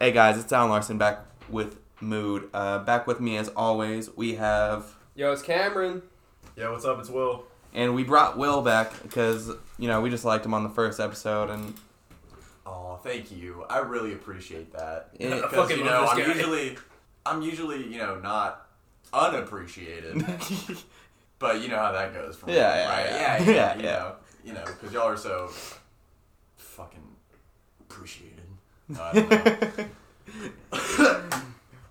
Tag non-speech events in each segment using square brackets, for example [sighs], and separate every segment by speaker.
Speaker 1: Hey guys, it's Alan Larson back with Mood. Uh, back with me as always, we have.
Speaker 2: Yo, it's Cameron.
Speaker 3: Yeah, what's up? It's Will.
Speaker 1: And we brought Will back because, you know, we just liked him on the first episode
Speaker 4: [laughs]
Speaker 1: and
Speaker 4: Oh, thank you. I really appreciate that.
Speaker 1: Yeah,
Speaker 4: [laughs]
Speaker 1: I
Speaker 4: Because
Speaker 2: fucking
Speaker 4: you
Speaker 2: love
Speaker 4: know, I'm
Speaker 2: this guy.
Speaker 4: usually, I'm usually, you know, not unappreciated,
Speaker 1: [laughs]
Speaker 4: but you know how that goes. For me,
Speaker 1: Yeah, yeah,
Speaker 4: right?
Speaker 1: [laughs] yeah.
Speaker 4: yeah,
Speaker 1: Yeah,
Speaker 4: You
Speaker 1: yeah.
Speaker 4: know, you know, because y'all are so fucking appreciated. No, I don't know.
Speaker 1: [laughs]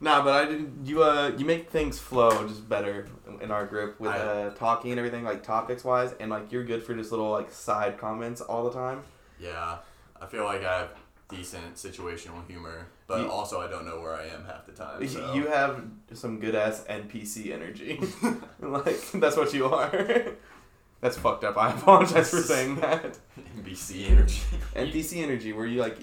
Speaker 1: Nah, but I didn't. You uh, you make things flow just better in our group with
Speaker 4: I-
Speaker 1: uh, talking and everything, like topics wise, and like you're good for just little like side comments all the time.
Speaker 4: [laughs] yeah, I feel like I have decent situational humor, but
Speaker 1: You-
Speaker 4: also I don't know where I am half the time. So. [laughs]
Speaker 1: You have some good ass NPC energy, [laughs] like that's what you are. [laughs] that's fucked up. I apologize for saying that.
Speaker 4: NBC energy. [laughs]
Speaker 1: NPC energy, where you like,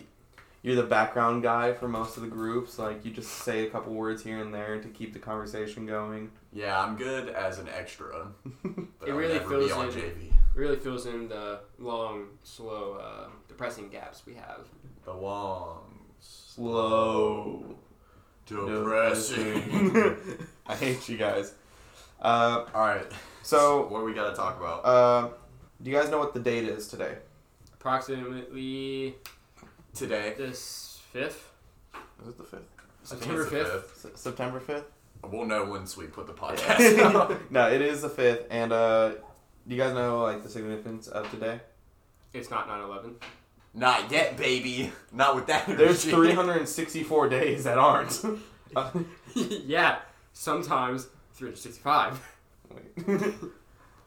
Speaker 1: you're the background guy for most of the groups. Like you just say a couple words here and there to keep the conversation going.
Speaker 4: [laughs] Yeah, I'm good as an extra, but
Speaker 2: It
Speaker 4: I'll
Speaker 2: really
Speaker 4: never
Speaker 2: fills
Speaker 4: be on
Speaker 2: you.
Speaker 4: JV.
Speaker 2: Really fills in the long, slow, uh, depressing gaps we have.
Speaker 4: The long,
Speaker 1: Slow.
Speaker 4: depressing.
Speaker 1: [laughs]
Speaker 4: [laughs]
Speaker 1: I hate you guys. Uh,
Speaker 4: All right.
Speaker 1: so,
Speaker 4: [laughs] what we gotta talk about?
Speaker 1: uh, do you guys know what the date is today?
Speaker 2: Approximately
Speaker 4: Today,
Speaker 2: this fifth,
Speaker 1: Is it the fifth?
Speaker 2: September
Speaker 4: I think it's the
Speaker 2: fifth.
Speaker 1: September fifth.
Speaker 4: We'll know once we put the podcast
Speaker 1: [laughs]
Speaker 4: out.
Speaker 1: no, it is the fifth, and uh, do you guys know like the significance of
Speaker 4: [laughs]
Speaker 1: today?
Speaker 2: It's not 9/11.
Speaker 4: Not yet, baby. Not with that.
Speaker 1: There's
Speaker 4: energy. [laughs]
Speaker 1: 364 days that aren't. Uh,
Speaker 2: [laughs]
Speaker 1: [laughs]
Speaker 2: yeah, sometimes 365.
Speaker 1: wait.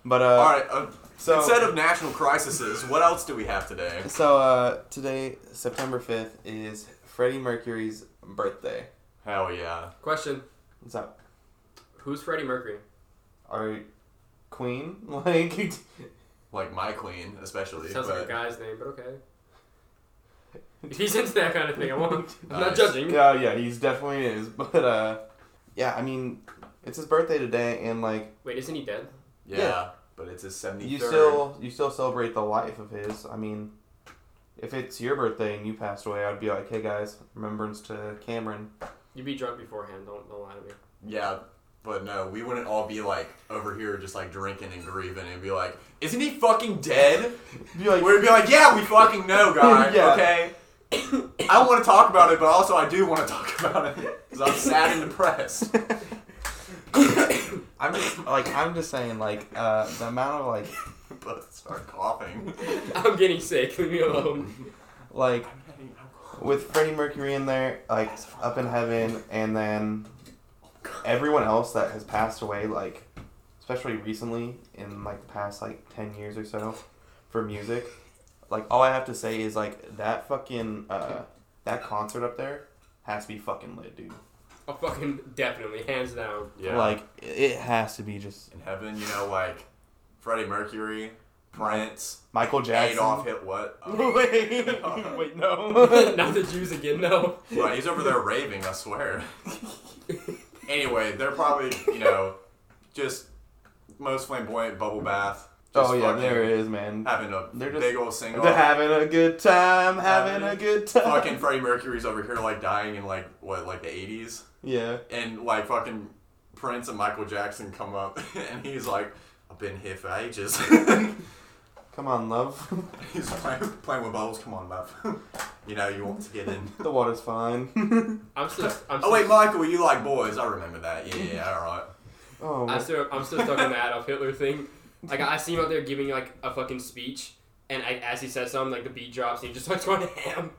Speaker 1: but uh,
Speaker 4: All right. Uh,
Speaker 1: so
Speaker 4: instead of national crises, what else do we have today?
Speaker 1: so uh, today, September fifth, is Freddie Mercury's birthday.
Speaker 4: Hell yeah.
Speaker 2: [laughs] Question:
Speaker 1: What's up?
Speaker 2: Who's Freddie Mercury?
Speaker 1: Are Queen [laughs] like?
Speaker 4: Like my queen, especially.
Speaker 2: Sounds like a
Speaker 4: but
Speaker 2: guy's name, but okay. [laughs] If
Speaker 1: [laughs]
Speaker 2: he's into that kind of thing, I won't. I'm not
Speaker 4: Nice.
Speaker 2: judging.
Speaker 1: Yeah, yeah, he's definitely is. [laughs] But uh, yeah, I mean, it's his birthday today, and like
Speaker 2: Wait, isn't he dead?
Speaker 4: yeah,
Speaker 1: yeah.
Speaker 4: But it's his 73rd.
Speaker 1: you still you still celebrate the life of his. I mean, if it's your birthday and you passed away, I'd be like, hey guys, remembrance to
Speaker 2: [laughs]
Speaker 1: Cameron. [laughs]
Speaker 2: You'd be drunk beforehand. Don't don't lie to me.
Speaker 4: Yeah, but no, we wouldn't all be like over here just like drinking and grieving and be like, isn't he fucking dead?
Speaker 1: You'd be like,
Speaker 4: We'd be like, yeah, we
Speaker 1: [laughs]
Speaker 4: fucking know, guy.
Speaker 1: Yeah.
Speaker 4: Okay. [coughs] I want to talk about it, but also I do want to talk [laughs] about it because I'm sad and depressed. [laughs]
Speaker 1: I'm just like I'm just saying like uh, the amount of like
Speaker 4: But start coughing.
Speaker 2: [laughs] I'm getting sick. Leave me alone.
Speaker 1: like with Freddie Mercury in there, like up in heaven, and then everyone else that has passed away, like especially recently in like the past like ten years or so, for music, like all I have to say is like that fucking uh, that concert up there has to be fucking lit, dude.
Speaker 2: I'll fucking definitely hands down. [laughs]
Speaker 4: Yeah.
Speaker 1: Like it has to be just
Speaker 4: in heaven, you know, like Freddie Mercury, Prince,
Speaker 1: Michael Jackson.
Speaker 4: Adolf hit what?
Speaker 1: [laughs]
Speaker 4: Oh,
Speaker 1: wait, [laughs] wait, no.
Speaker 2: [laughs] not the Jews again, no. [laughs]
Speaker 4: Well, he's over there raving, I swear.
Speaker 1: Oh,
Speaker 4: anyway, they're probably, you know, just most flamboyant bubble bath. Just
Speaker 1: oh yeah,
Speaker 4: fucking
Speaker 1: there it is, man.
Speaker 4: Having a
Speaker 1: They're just-
Speaker 4: big old
Speaker 1: [laughs]
Speaker 4: single.
Speaker 1: They're having a good time, having a good time.
Speaker 4: Oh. fucking Freddie Mercury's over here like dying in like what like the eighties,
Speaker 1: [laughs] Yeah.
Speaker 4: and like fucking Prince and Michael Jackson come up, [laughs] and he's like, "I've been here for ages." [laughs]
Speaker 1: Come on, love. [laughs]
Speaker 4: he's playing, playing with bubbles. Come on, love. [laughs] you know you want to get in.
Speaker 1: the water's
Speaker 4: [laughs]
Speaker 1: fine.
Speaker 2: I'm still. I'm
Speaker 4: Oh
Speaker 2: still,
Speaker 4: wait, Michael, you like boys? I remember that. Yeah, yeah, all right.
Speaker 1: oh,
Speaker 2: I'm still. I'm still stuck on the Adolf Hitler thing. Like I see him out there giving like a fucking speech, and I, as he says something, like the beat drops, and he just starts [laughs] going ham.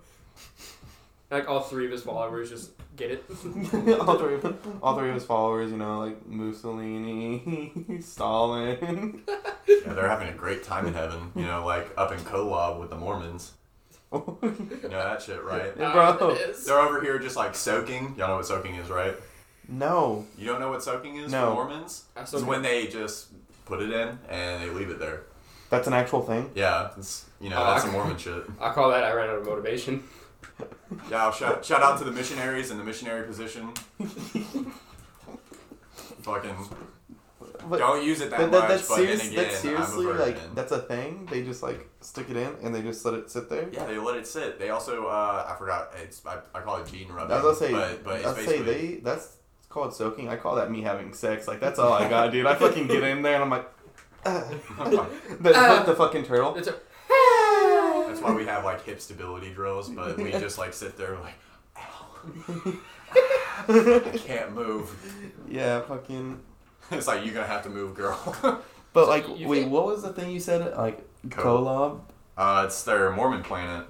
Speaker 2: Like all three of his followers just get it.
Speaker 1: [laughs] [laughs] all three,
Speaker 2: [laughs]
Speaker 1: of, all three of his followers, you know, like Mussolini, [laughs] Stalin. [laughs]
Speaker 2: Uh,
Speaker 4: Yeah, they're having a great time in heaven. You know, like up in Kolob with the Mormons. You know that shit, right?
Speaker 1: Yeah, bro.
Speaker 2: Uh, it is.
Speaker 4: They're over here just like soaking. Y'all know what soaking is, right?
Speaker 1: no,
Speaker 4: You don't know what soaking is
Speaker 1: No.
Speaker 4: for Mormons?
Speaker 2: I
Speaker 4: It's when they just put it in and they leave it there.
Speaker 1: that's an actual thing.
Speaker 4: Yeah, it's you know
Speaker 2: Oh,
Speaker 4: that's
Speaker 2: I-
Speaker 4: some Mormon shit.
Speaker 2: I call that I ran out of motivation.
Speaker 4: Yeah, I'll shout, shout out to the missionaries in the missionary position. Fucking
Speaker 1: [laughs] but,
Speaker 4: Don't use it that
Speaker 1: but
Speaker 4: much,
Speaker 1: that, that's,
Speaker 4: but
Speaker 1: serious,
Speaker 4: then again,
Speaker 1: that's seriously
Speaker 4: I'm a virgin.
Speaker 1: like that's a thing. They just like stick it in and they just let it sit there.
Speaker 4: yeah, they let it sit. They also, uh, I forgot, it's I, I call it gene rubbing.
Speaker 1: I was gonna say,
Speaker 4: but, but it's
Speaker 1: I was gonna say
Speaker 4: basically
Speaker 1: they that's it's called soaking. I call that me having sex. Like that's all I got, dude. I fucking get in there and I'm like, [laughs] ah. the,
Speaker 2: Ah.
Speaker 4: Uh.
Speaker 1: the fucking [laughs] turtle.
Speaker 2: It's a-
Speaker 4: That's why we have like hip stability drills,
Speaker 1: [laughs]
Speaker 4: but we just like sit there like, ow, I can't move.
Speaker 1: [laughs]
Speaker 4: [laughs]
Speaker 1: Yeah, fucking.
Speaker 4: It's like you're gonna have to move, girl. [laughs]
Speaker 1: But
Speaker 2: So
Speaker 1: like,
Speaker 2: you- you
Speaker 1: wait,
Speaker 2: think-
Speaker 1: what was the thing you said? Like,
Speaker 4: Co-
Speaker 1: Kolob.
Speaker 4: Uh, it's their
Speaker 1: [laughs]
Speaker 4: Mormon planet.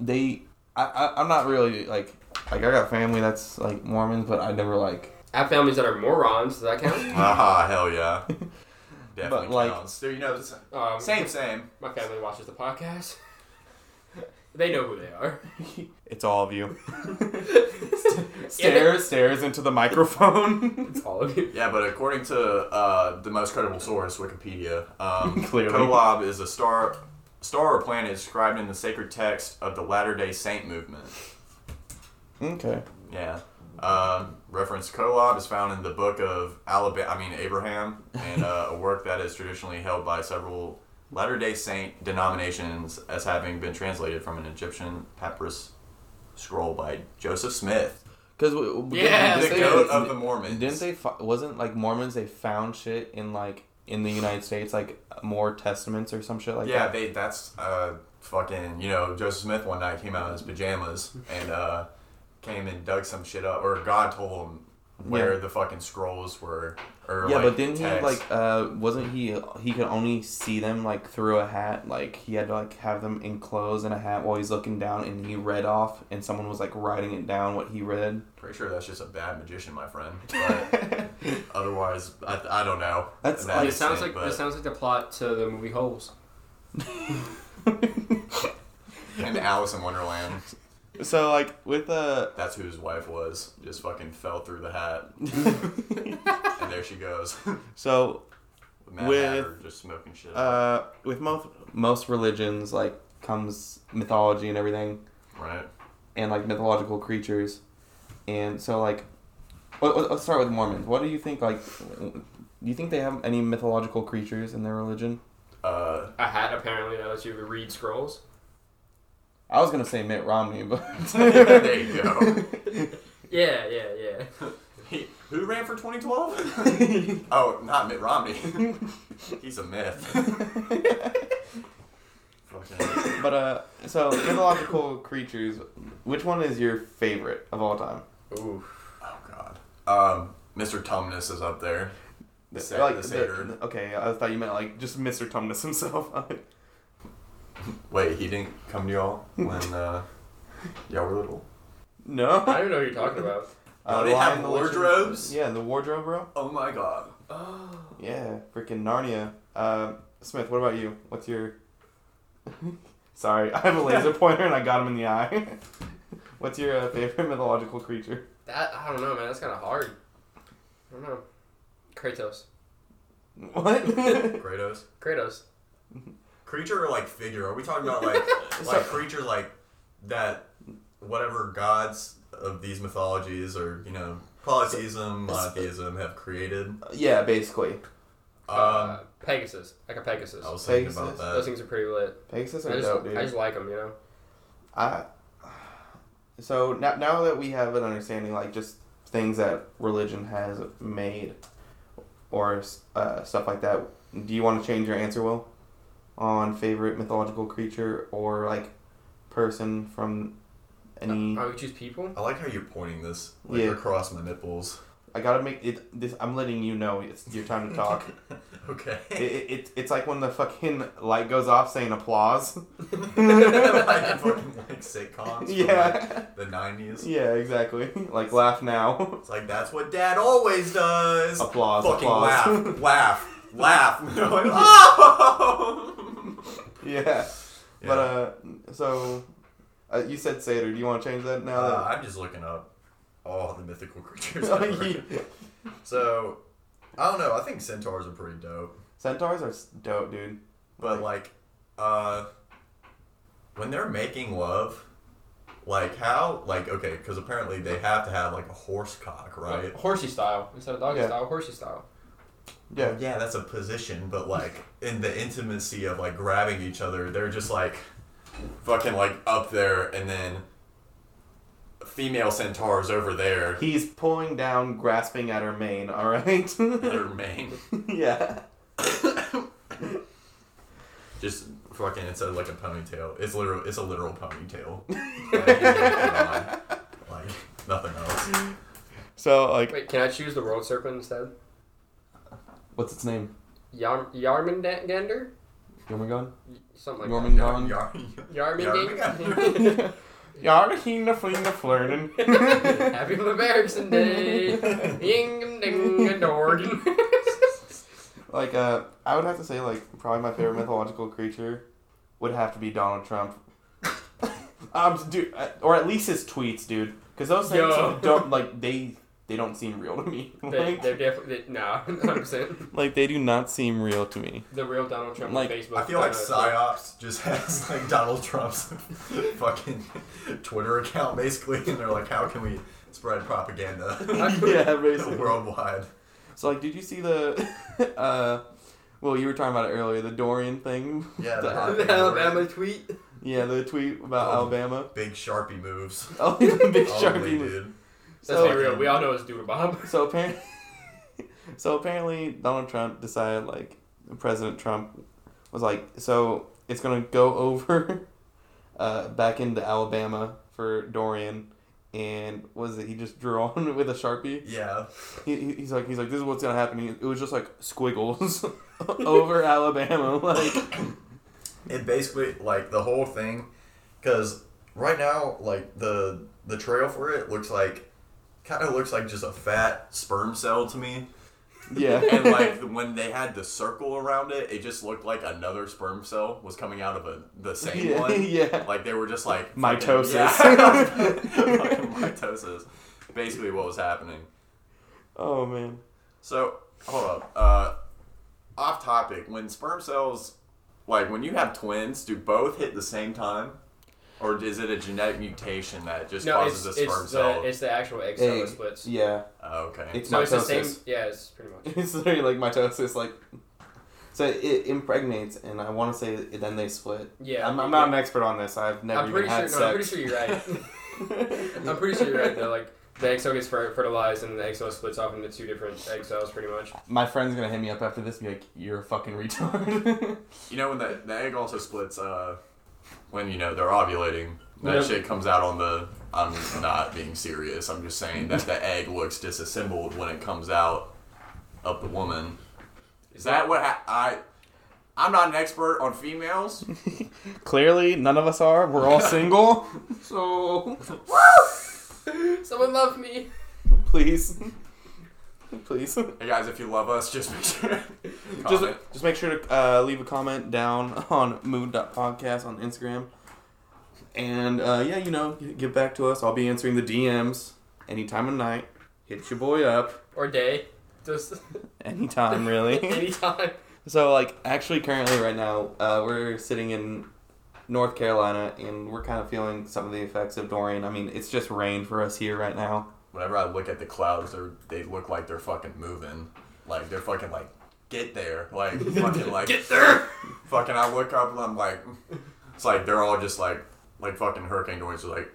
Speaker 1: They, I, I, I'm not really like, like I got family that's like Mormons, but I never like.
Speaker 2: I have families that are morons. Does
Speaker 1: [laughs]
Speaker 2: that count?
Speaker 4: Ah, hell yeah. Definitely
Speaker 1: But, like-
Speaker 4: counts. There, you know, it's-
Speaker 2: Um,
Speaker 4: same, same.
Speaker 2: My family watches the podcast. they know who they
Speaker 1: [laughs]
Speaker 2: are. [laughs]
Speaker 1: It's all of
Speaker 4: [laughs]
Speaker 1: you.
Speaker 2: Yeah, [laughs]
Speaker 1: Stare, stares into the microphone. [laughs]
Speaker 2: they- all of you.
Speaker 4: Yeah, but according to uh, the most credible source, Wikipedia, um,
Speaker 1: [laughs] Clearly.
Speaker 4: Kolob is a star, star or planet described in the sacred text of the Latter Day Saint movement.
Speaker 1: okay.
Speaker 4: Yeah. Um, reference co-op is found in the book of Alabama, I mean Abraham, and uh, a work that is traditionally held by several Latter-day Saint denominations as having been translated from an Egyptian papyrus scroll by Joseph Smith,
Speaker 1: Because we, we-
Speaker 2: Yeah,
Speaker 4: the
Speaker 1: didn't they-
Speaker 4: goat of the Mormons.
Speaker 1: Didn't they? Fi- wasn't like Mormons? They found shit in like in the United States, like more testaments or some shit like
Speaker 4: yeah,
Speaker 1: that.
Speaker 4: they. That's uh, fucking. You know, Joseph Smith one night came out in his pajamas and uh, came and dug some shit up, or God told him where
Speaker 1: Yeah.
Speaker 4: the fucking scrolls were. Or
Speaker 1: yeah,
Speaker 4: like,
Speaker 1: but didn't
Speaker 4: text.
Speaker 1: he like? Uh, wasn't he? He could only see them like through a hat. Like he had to like have them enclosed in a hat while he's looking down, and he read off, and someone was like writing it down what he read.
Speaker 4: Pretty sure that's just a bad magician, my friend.
Speaker 1: [laughs]
Speaker 4: But otherwise, I, I don't know.
Speaker 1: That's-
Speaker 4: That
Speaker 2: It sounds
Speaker 4: extent,
Speaker 2: like
Speaker 4: but-
Speaker 2: this sounds like the plot to the movie Holes.
Speaker 4: and Alice in Wonderland.
Speaker 1: so like with uh [laughs]
Speaker 4: That's who his wife was. Just fucking fell through the hat, and there she goes. [laughs]
Speaker 1: so
Speaker 4: Mad
Speaker 1: With,
Speaker 4: Hatter just smoking shit. up,
Speaker 1: uh with most most religions like comes mythology and everything.
Speaker 4: right?
Speaker 1: and like mythological creatures, and so like, let- let- let's start with Mormons. What do you think? Like, do you think they have any mythological creatures in their religion?
Speaker 4: Uh,
Speaker 2: A hat apparently that lets you read scrolls.
Speaker 1: I was gonna say Mitt Romney, but
Speaker 4: [laughs] there you go.
Speaker 2: Yeah, yeah, yeah. [laughs]
Speaker 4: He, who ran for 2012? [laughs] oh, not Mitt Romney.
Speaker 1: [laughs]
Speaker 4: He's a myth. Fucking-
Speaker 1: but uh, so mythological creatures. Which one is your favorite of all time?
Speaker 2: Ooh.
Speaker 4: oh God. Um, Mr. Tumnus is up there. The, sa-
Speaker 1: like
Speaker 4: the satyr.
Speaker 1: okay, I thought you meant like just Mr. Tumnus himself. [laughs]
Speaker 4: Wait, he didn't come to y'all when uh, y'all were
Speaker 1: [laughs]
Speaker 4: little?
Speaker 2: I
Speaker 1: no. Uh,
Speaker 2: don't even know what you're talking about.
Speaker 4: Oh, they have
Speaker 1: Lion, the Witch, and-
Speaker 4: wardrobes?
Speaker 1: Yeah, the wardrobe, bro.
Speaker 4: Oh my god.
Speaker 2: [laughs] Oh.
Speaker 1: Yeah, freaking Narnia. Um, Smith, what about you? What's your? [laughs] Sorry, I have a laser
Speaker 2: [laughs]
Speaker 1: pointer and I got him in the eye. [laughs] What's your uh, favorite [laughs] mythological creature?
Speaker 2: That I don't know, man. That's kind of hard. I don't know. Kratos.
Speaker 1: What? [laughs]
Speaker 4: Kratos?
Speaker 2: Kratos.
Speaker 4: Creature or like figure? Are we talking
Speaker 1: [laughs]
Speaker 4: about like
Speaker 1: So-
Speaker 4: like creature like that whatever gods of these mythologies or you know polytheism, monotheism have created?
Speaker 1: yeah, basically
Speaker 4: Um,
Speaker 2: uh, Pegasus. Like a Pegasus.
Speaker 4: I was thinking
Speaker 1: Pegasus.
Speaker 4: about
Speaker 2: Those
Speaker 4: that.
Speaker 2: things are pretty lit.
Speaker 1: Pegasus
Speaker 2: I
Speaker 1: are
Speaker 2: just,
Speaker 1: dope,
Speaker 2: I
Speaker 1: dude.
Speaker 2: just like them, you know.
Speaker 1: I. So now, now that we have an understanding, like just things that religion has made, or uh, stuff like that, do you want to change your answer, Will, on favorite mythological creature or like person from
Speaker 4: Uh,
Speaker 1: any?
Speaker 2: Oh, you choose people. [laughs]
Speaker 4: I like how you're pointing this like
Speaker 1: Yeah.
Speaker 4: across my
Speaker 1: [laughs]
Speaker 4: nipples.
Speaker 1: I gotta make it. This I'm letting you know it's your time
Speaker 4: [laughs]
Speaker 1: to talk.
Speaker 4: Okay.
Speaker 1: it,
Speaker 4: [laughs]
Speaker 1: it, it it's like when the fucking light goes off saying
Speaker 4: [laughs]
Speaker 1: applause.
Speaker 4: like, fucking, like sitcoms. From, like,
Speaker 1: yeah,
Speaker 4: the
Speaker 1: [laughs]
Speaker 4: 90s.
Speaker 1: yeah, exactly. [laughs] Like laugh now. [laughs]
Speaker 4: It's like that's what Dad always does.
Speaker 1: applause,
Speaker 4: Fucking
Speaker 1: applause. [laughs]
Speaker 4: laugh, laugh, laugh. [laughs] They're like, "Oh!" [laughs]
Speaker 1: yeah.
Speaker 4: Yeah.
Speaker 1: but uh, so uh, you said satyr. Do you want to change that now?
Speaker 4: Uh, I'm just looking up all the mythical
Speaker 1: [laughs]
Speaker 4: [laughs] creatures.
Speaker 1: that-
Speaker 4: ever. So I don't know. I think centaurs are pretty dope,
Speaker 1: Centaurs are s- dope, dude.
Speaker 4: but like, uh, when they're making love. Like how? Like okay, because apparently they have to have like a horse cock, right?
Speaker 2: Horsey style instead of doggy
Speaker 1: Yeah.
Speaker 2: style. Horsey style.
Speaker 1: Yeah.
Speaker 4: yeah, that's a position, but like in the intimacy of like grabbing each other, they're just like fucking like up there and then female centaurs over
Speaker 1: [laughs]
Speaker 4: there.
Speaker 1: He's pulling down, grasping at her mane, alright?
Speaker 4: Their
Speaker 1: [laughs]
Speaker 4: mane. [laughs]
Speaker 1: yeah.
Speaker 4: Just fucking it's a, like a ponytail. It's literal it's a literal ponytail. Like, you know, like nothing else.
Speaker 1: So, like,
Speaker 2: Wait, can I choose the world serpent instead?
Speaker 1: what's its name?
Speaker 2: Yarm Yarmandgander?
Speaker 1: Yormagon? [laughs]
Speaker 2: Something like
Speaker 1: Yormagon?
Speaker 4: Yar-
Speaker 2: that. Yarmandgander. [laughs]
Speaker 4: Yarmandgander.
Speaker 1: Yarhina flinga flirtin'.
Speaker 2: [laughs]
Speaker 4: [laughs]
Speaker 2: Happy Comparison Day. Ying ding a
Speaker 4: [laughs]
Speaker 2: dorg.
Speaker 1: Like, uh, I would have to say, like, probably my favorite mythological creature would have to be Donald Trump. um, dude, uh, or at least his tweets, dude, because those things
Speaker 2: Yo.
Speaker 1: [laughs] don't like they they don't seem real to me.
Speaker 2: they,
Speaker 1: [laughs] Like
Speaker 2: they're definitely [laughs] no, hundred percent.
Speaker 1: like, they do not seem real to
Speaker 2: [laughs]
Speaker 1: me.
Speaker 2: The real Donald Trump
Speaker 1: Like,
Speaker 2: on Facebook.
Speaker 4: I feel like
Speaker 2: Uh, [laughs]
Speaker 4: PsyOps just has like Donald Trump's [laughs] fucking Twitter account basically, and they're like, how can we spread propaganda
Speaker 1: [laughs]
Speaker 4: [laughs]
Speaker 1: yeah, basically.
Speaker 4: worldwide?
Speaker 1: So like, did you see the? [laughs] uh Well, you were talking about it earlier, the Dorian thing. [laughs]
Speaker 4: Yeah,
Speaker 1: The-
Speaker 4: the-
Speaker 2: The Alabama tweet.
Speaker 1: yeah, the tweet about
Speaker 4: Oh.
Speaker 1: Alabama. [laughs]
Speaker 4: Big Sharpie moves.
Speaker 1: Oh, the big
Speaker 4: Only,
Speaker 1: sharpie. move.
Speaker 4: dude.
Speaker 2: That's
Speaker 1: So-
Speaker 2: not real. We all know it's Duda Bob.
Speaker 1: So apparently, [laughs] so apparently, Donald Trump decided like President Trump was like, so it's gonna go [laughs] over uh, back into Alabama for Dorian, and what is it? He just drew on [laughs] with a sharpie.
Speaker 4: Yeah.
Speaker 1: He, he- he's like, he's like, this is what's gonna happen. He- It was just like squiggles [laughs] over Alabama, [laughs] like
Speaker 4: It basically like the whole thing, because right now like the the trail for it looks like, kind of looks like just a fat sperm cell to me.
Speaker 1: yeah,
Speaker 4: and like when they had the circle around it, it just looked like another sperm cell was coming out of a, the same
Speaker 1: [laughs] yeah, [laughs]
Speaker 4: one.
Speaker 1: yeah.
Speaker 4: Like they were just like
Speaker 1: Mitosis.
Speaker 4: fucking- yeah. [laughs] Fucking mitosis. Basically, what was happening.
Speaker 1: Oh man,
Speaker 4: So hold up. Uh, off topic. When sperm cells, like when you have twins, do both hit the same time, or is it a genetic mutation that just
Speaker 2: No, it's,
Speaker 4: causes a sperm
Speaker 2: it's the
Speaker 4: cell?
Speaker 2: it's the actual egg cell
Speaker 1: Hey,
Speaker 2: that splits.
Speaker 1: yeah,
Speaker 4: oh, okay.
Speaker 1: it's mitosis.
Speaker 2: So it's the same. Yeah, it's pretty
Speaker 1: [laughs]
Speaker 2: much.
Speaker 4: [laughs]
Speaker 1: it's literally like mitosis, like. So it impregnates, and I want to say it- then they split.
Speaker 2: Yeah,
Speaker 1: I'm, I'm not an expert on this. I've never
Speaker 2: I'm
Speaker 1: even
Speaker 2: pretty sure.
Speaker 1: had
Speaker 2: No, I'm pretty
Speaker 1: sex.
Speaker 2: sure you're right.
Speaker 1: [laughs]
Speaker 2: I'm pretty sure you're right though. Like the egg cell gets fer- fertilized and the egg cell splits off into two different egg cells, pretty much.
Speaker 1: My friend's gonna hit me up after this and be like, "You're a fucking retard."
Speaker 4: You know when the, the egg also splits uh, when you know they're ovulating. That
Speaker 2: Yeah.
Speaker 4: shit comes out on the. I'm not being serious. I'm just saying that the egg looks disassembled when it comes out of the woman. Is that what ha- I? I'm not an expert on females.
Speaker 1: [laughs] Clearly, none of us are. We're [laughs] all single. so
Speaker 2: Someone love me.
Speaker 1: please, please,
Speaker 4: Hey guys, if you love us, just make sure. [laughs]
Speaker 1: just
Speaker 4: Comment.
Speaker 1: just make sure to uh, leave a comment down [laughs] on mood.podcast on Instagram, and uh, yeah, you know, g- get back to us. I'll be answering the DMs any time of night. Hit your boy up [laughs]
Speaker 2: Or day. Just [laughs]
Speaker 1: anytime, really.
Speaker 2: anytime.
Speaker 1: So, like, actually, currently, right now, uh, we're sitting in North Carolina and we're kind of feeling some of the effects of Dorian. I mean, it's just rain for us here right now.
Speaker 4: Whenever I look at the clouds, they they look like they're fucking moving. Like they're fucking like get there. [laughs] Like fucking like
Speaker 2: Get [laughs] there.
Speaker 4: fucking I look up and I'm like it's like they're all just like like fucking hurricane noises like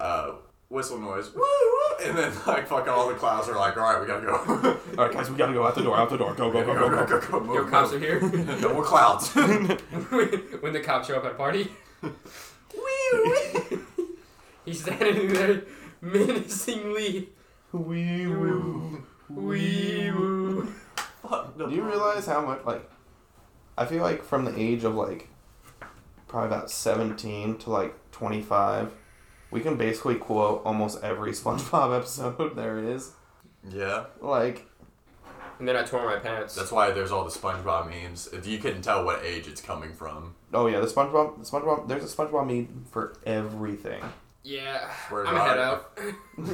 Speaker 4: uh whistle noise woo, woo, and then like fucking all the clouds are like all right we gotta go [laughs]
Speaker 1: All right, guys, we gotta go out the door, out the door. Go, go, go, go, go.
Speaker 4: go move,
Speaker 2: Yo, cops are
Speaker 4: move.
Speaker 2: here. [laughs]
Speaker 4: [laughs] no more clouds
Speaker 1: [laughs]
Speaker 2: when the cops show up at a party, [laughs] he's standing there menacingly.
Speaker 1: Wee woo.
Speaker 2: Wee woo.
Speaker 4: Fuck, no.
Speaker 1: Do you realize how much, like, I feel like from the age of, like, probably about 17 to, like, 25, we can basically quote almost every [laughs] SpongeBob episode there is.
Speaker 4: yeah
Speaker 1: Like,
Speaker 2: And then I tore my pants.
Speaker 4: that's why there's all the SpongeBob memes if you couldn't tell what age it's coming from
Speaker 1: oh yeah, the SpongeBob, the SpongeBob, there's a SpongeBob meme for everything.
Speaker 2: yeah.
Speaker 4: Swear to
Speaker 2: I'm gonna
Speaker 4: God.
Speaker 2: head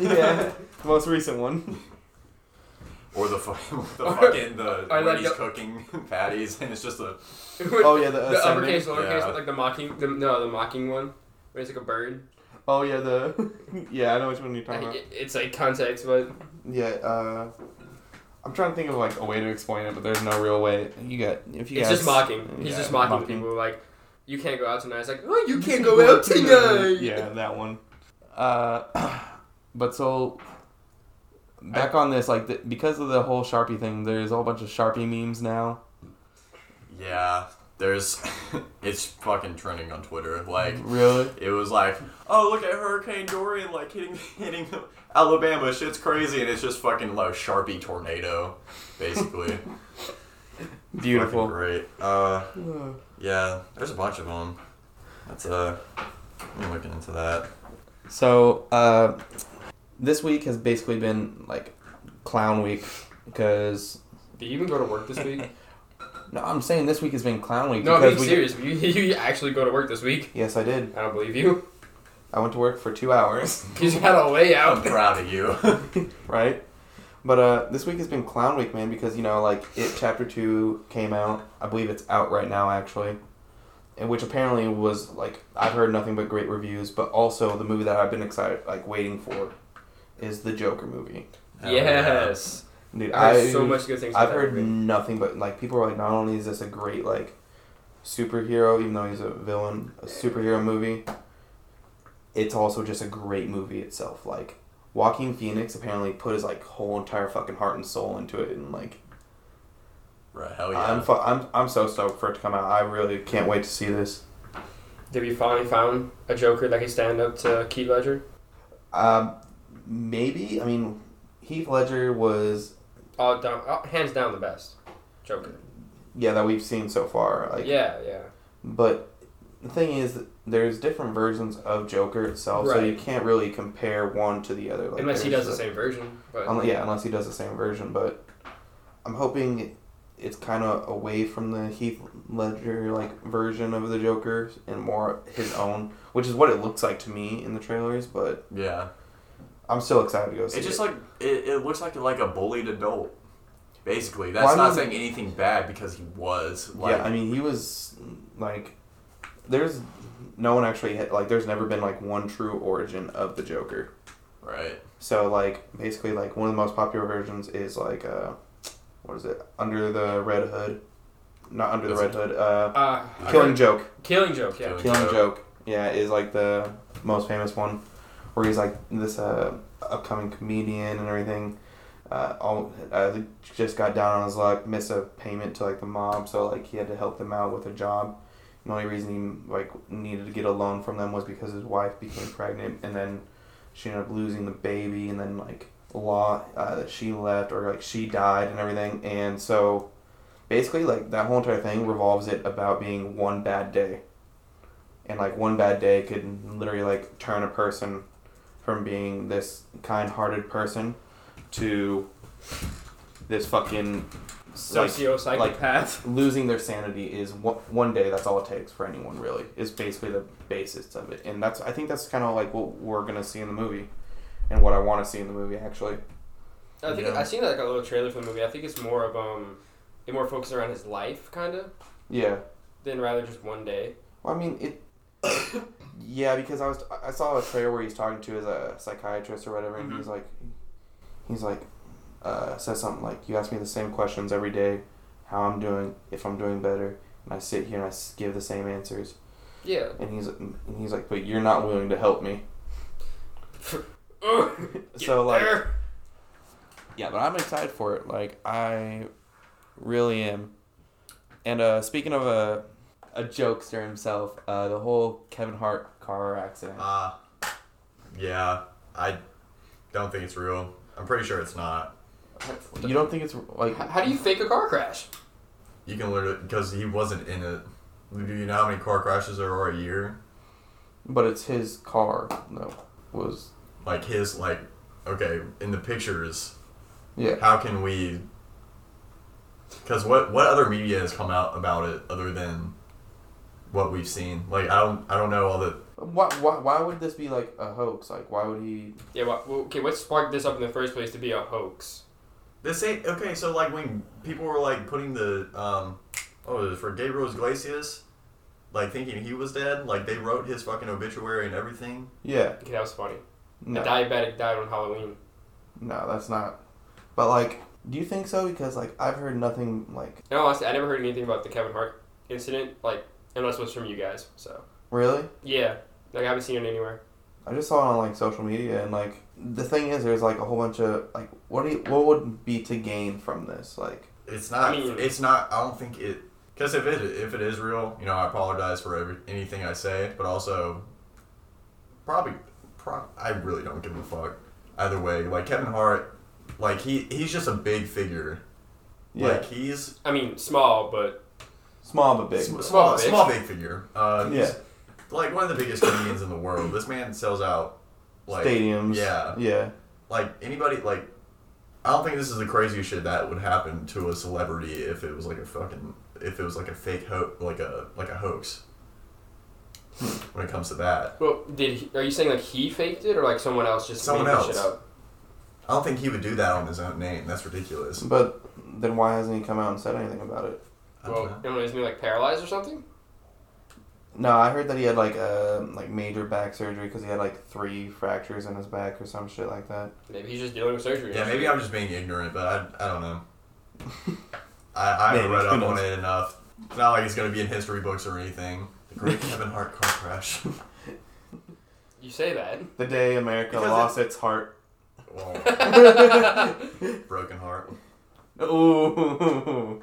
Speaker 2: out. [laughs]
Speaker 1: yeah, [laughs] the most recent one.
Speaker 4: or the, fu- [laughs] the fucking the
Speaker 2: I like
Speaker 4: when he's
Speaker 2: the-
Speaker 4: cooking [laughs] patties and it's just a
Speaker 1: Oh yeah, the, uh,
Speaker 2: the
Speaker 1: salmon.
Speaker 2: uppercase, lowercase,
Speaker 4: Yeah.
Speaker 2: like the mocking. The, no, the mocking one. Where it's like a bird.
Speaker 1: Oh yeah, Uh-huh. the yeah. I know which one you're talking
Speaker 2: I-
Speaker 1: about.
Speaker 2: it- it's like context, but
Speaker 1: Yeah, uh, I'm trying to think of like a way to explain it, but there's no real way. You got if you
Speaker 2: It's
Speaker 1: guys,
Speaker 2: just mocking. He's
Speaker 1: yeah,
Speaker 2: just mocking,
Speaker 1: mocking.
Speaker 2: people. Like, you can't go out tonight. It's like,
Speaker 1: [laughs]
Speaker 2: oh, you can't go out tonight.
Speaker 1: Yeah, that one. Uh, [clears throat] but so back on this, like the, because of the whole Sharpie thing, there's a whole bunch of Sharpie memes now.
Speaker 4: Yeah, there's. [laughs] it's fucking trending on Twitter. Like,
Speaker 2: [laughs]
Speaker 1: Really?
Speaker 4: it was like, oh look at Hurricane Dorian like hitting [laughs] hitting Alabama. Shit's crazy, and it's just fucking like Sharpie tornado, basically. Fucking
Speaker 1: Beautiful.
Speaker 4: great. Uh, yeah, there's a bunch of them. That's uh, I'm looking into that.
Speaker 1: So uh, this week has basically been like clown week because
Speaker 2: Do you even go to work this week?
Speaker 1: no, I'm saying this week has been clown week
Speaker 2: no, I'm
Speaker 1: because
Speaker 2: being serious. You, you [laughs] actually go to work this week?
Speaker 1: Yes, I did.
Speaker 2: I don't believe you. [laughs]
Speaker 1: I went to work for two hours,
Speaker 2: You just had a
Speaker 4: I'm
Speaker 2: layout.
Speaker 4: proud of you. [laughs]
Speaker 1: right? But uh, this week has been clown week, man, because you know, like it chapter two came out. I believe it's out right now, actually, and which apparently was like I've heard nothing but great reviews. But also the movie that I've been excited, like waiting for, is the Joker movie.
Speaker 2: yes.
Speaker 1: Dude,
Speaker 2: I heard
Speaker 1: I-
Speaker 2: so much good things.
Speaker 1: I've
Speaker 2: about
Speaker 1: heard
Speaker 2: that movie.
Speaker 1: nothing but like people are like not only is this a great like superhero even though he's a villain a superhero movie it's also just a great movie itself like Joaquin Phoenix apparently put his like whole entire fucking heart and soul into it and like
Speaker 4: Right, hell Oh, yeah.
Speaker 1: I'm, fu- I'm I'm so stoked for it to come out I really can't wait to see this
Speaker 2: Did we finally found a Joker that can stand up to Keith Ledger?
Speaker 1: um maybe I mean Heath Ledger was
Speaker 2: All down, all, hands down the best Joker.
Speaker 1: yeah that we've seen so far like
Speaker 2: yeah, yeah.
Speaker 1: But the thing is, there's different versions of Joker itself, so you
Speaker 2: Right.
Speaker 1: can't really compare one to the other. Like,
Speaker 2: Unless he
Speaker 1: there's
Speaker 2: does the
Speaker 1: a-
Speaker 2: same version. But
Speaker 1: unle- yeah, unless he does the same version. But I'm hoping it's kind of away from the Heath Ledger like version of the Joker and more his own, which is what it looks like to me in the trailers. But
Speaker 4: yeah.
Speaker 1: I'm still excited to go see
Speaker 4: It just
Speaker 1: it.
Speaker 4: like it, it looks like like a bullied adult. Basically, that's
Speaker 1: Well, I
Speaker 4: not
Speaker 1: mean-
Speaker 4: saying anything bad because he was. Like,
Speaker 1: yeah, I mean, he was like, there's no one actually hit, like, there's never been like one true origin of the Joker.
Speaker 4: right.
Speaker 1: So like basically like one of the most popular versions is like uh what is it? Under the Red Hood. Not under the Red Hood, uh
Speaker 2: Uh, I
Speaker 1: Killing
Speaker 2: heard-
Speaker 1: Joke.
Speaker 2: Killing Joke. Yeah.
Speaker 4: Killing
Speaker 1: Killing
Speaker 4: Joke.
Speaker 1: Joke. Yeah, is like the most famous one where he's like this uh upcoming comedian and everything. Uh, all uh, just got down on his luck, missed a payment to like the mob, so like he had to help them out with a job. The only reason he like needed to get a loan from them was because his wife became pregnant, and then she ended up losing the baby and then like law uh, that she left or like she died and everything and so basically like that whole entire thing revolves it about being one bad day and like one bad day could literally like turn a person from being this kind-hearted person to this fucking like,
Speaker 2: Socio psychopath.
Speaker 1: losing their sanity is one, one day that's all it takes for anyone really is basically the basis of it and that's i think that's kind of like what we're gonna see in the movie and what i want to see in the movie actually
Speaker 2: I think
Speaker 4: Yeah.
Speaker 2: I seen like a little trailer for the movie. I think it's more of um, it more focused around his life, kind of,
Speaker 1: yeah
Speaker 2: than rather just one day.
Speaker 1: well, i mean it [coughs] yeah because i was i saw a trailer where he's talking to his uh, psychiatrist or whatever and
Speaker 2: Mhm.
Speaker 1: he's like he's like uh, says something like you ask me the same questions every day how i'm doing if i'm doing better and i sit here and i s- give the same answers
Speaker 2: [laughs] Yeah.
Speaker 1: and he's and he's like but you're not willing to help me so like Yeah, but I'm excited for it. Like I really am. And uh, speaking of a a jokester himself, uh, the whole Kevin Hart car accident.
Speaker 4: Uh, yeah, I don't think it's real. I'm pretty sure it's not.
Speaker 1: you don't think it's like
Speaker 2: How, how do you fake a car crash?
Speaker 4: You can literally because he wasn't in it. Do you know how many car crashes there are a year?
Speaker 1: But it's his car though. Was
Speaker 4: Like his like, okay, in the pictures,
Speaker 1: yeah.
Speaker 4: how can we? Because what what other media has come out about it other than what we've seen? Like I don't I don't know all the
Speaker 1: Why, why why would this be like a hoax? Like why would he?
Speaker 2: Yeah. Well, well, okay. What sparked this up in the first place to be a hoax?
Speaker 4: This ain't okay. So like when people were like putting the um, oh was it for Gabriel Iglesias, like thinking he was dead, like they wrote his fucking obituary and everything.
Speaker 1: Yeah.
Speaker 2: Okay, that was funny.
Speaker 1: No.
Speaker 2: A diabetic died on Halloween.
Speaker 1: No, that's not. But like Do you think so? Because like I've heard nothing like
Speaker 2: No, honestly, I never heard anything about the Kevin Hart incident, like unless it was from you guys. So
Speaker 1: really.
Speaker 2: yeah, like I haven't seen it anywhere.
Speaker 1: I just saw it on like social media and like the thing is there's like a whole bunch of like what do you, what would be to gain from this like
Speaker 4: It's not.
Speaker 2: I mean-
Speaker 4: it's not. I don't think it. Because if it if it is real, you know, I apologize for every, anything I say, but also probably, prob I really don't give a fuck either way. Like Kevin Hart, like he he's just a big figure. Like he's
Speaker 2: I mean, small, but
Speaker 1: small but big
Speaker 4: sm- small
Speaker 2: Small
Speaker 4: small,
Speaker 2: big.
Speaker 4: big figure. Uh, he's,
Speaker 1: yeah
Speaker 4: Like one of the biggest comedians in the world. This man sells out. Like,
Speaker 1: stadiums
Speaker 4: Yeah.
Speaker 1: yeah
Speaker 4: Like anybody like. I don't think this is the craziest shit that would happen to a celebrity if it was like a fucking if it was like a fake ho like a like a hoax. When it comes to that,
Speaker 2: well, did he, are you saying like he faked it or like someone else just
Speaker 4: Someone
Speaker 2: made the
Speaker 4: else.
Speaker 2: shit up?
Speaker 4: I don't think he would do that on his own name. That's ridiculous.
Speaker 1: but then why hasn't he come out and said anything about it
Speaker 4: I don't
Speaker 2: Well,
Speaker 4: know.
Speaker 2: and was he like paralyzed or something?
Speaker 1: no I heard that he had like a like major back surgery because he had like three fractures in his back or some shit like that
Speaker 2: Maybe he's just dealing with surgery.
Speaker 4: Yeah, maybe I'm just being ignorant, but I, I don't
Speaker 1: [laughs]
Speaker 4: know. I, I haven't
Speaker 1: Maybe,
Speaker 4: read
Speaker 1: who
Speaker 4: up on
Speaker 1: knows?
Speaker 4: it enough. It's not like it's going to be in history books or anything. The
Speaker 1: [laughs]
Speaker 4: Great Kevin Hart Car Crash.
Speaker 2: you say that.
Speaker 1: the day America
Speaker 4: Because
Speaker 1: lost its [laughs] heart
Speaker 4: Whoa. Broken Heart.
Speaker 1: ooh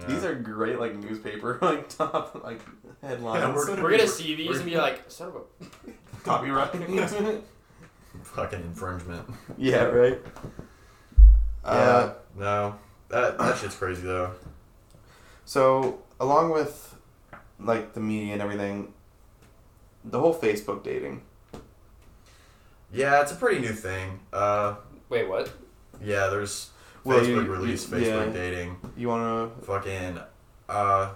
Speaker 4: Yeah.
Speaker 1: these are great like newspaper [laughs] like top like headlines
Speaker 4: Yeah, we're gonna-
Speaker 2: We're gonna see these and be like, son of a
Speaker 1: copyright [laughs]
Speaker 4: fucking infringement.
Speaker 1: yeah right Uh,
Speaker 4: yeah. No. That, that shit's crazy, though.
Speaker 1: So, along with like the media and everything, the whole Facebook dating.
Speaker 4: Yeah, it's a pretty new thing. Uh,
Speaker 2: wait, what?
Speaker 4: yeah, there's
Speaker 1: Well,
Speaker 4: Facebook
Speaker 1: you- you-
Speaker 4: release,
Speaker 1: yeah.
Speaker 4: Facebook dating.
Speaker 1: You want to
Speaker 4: fucking uh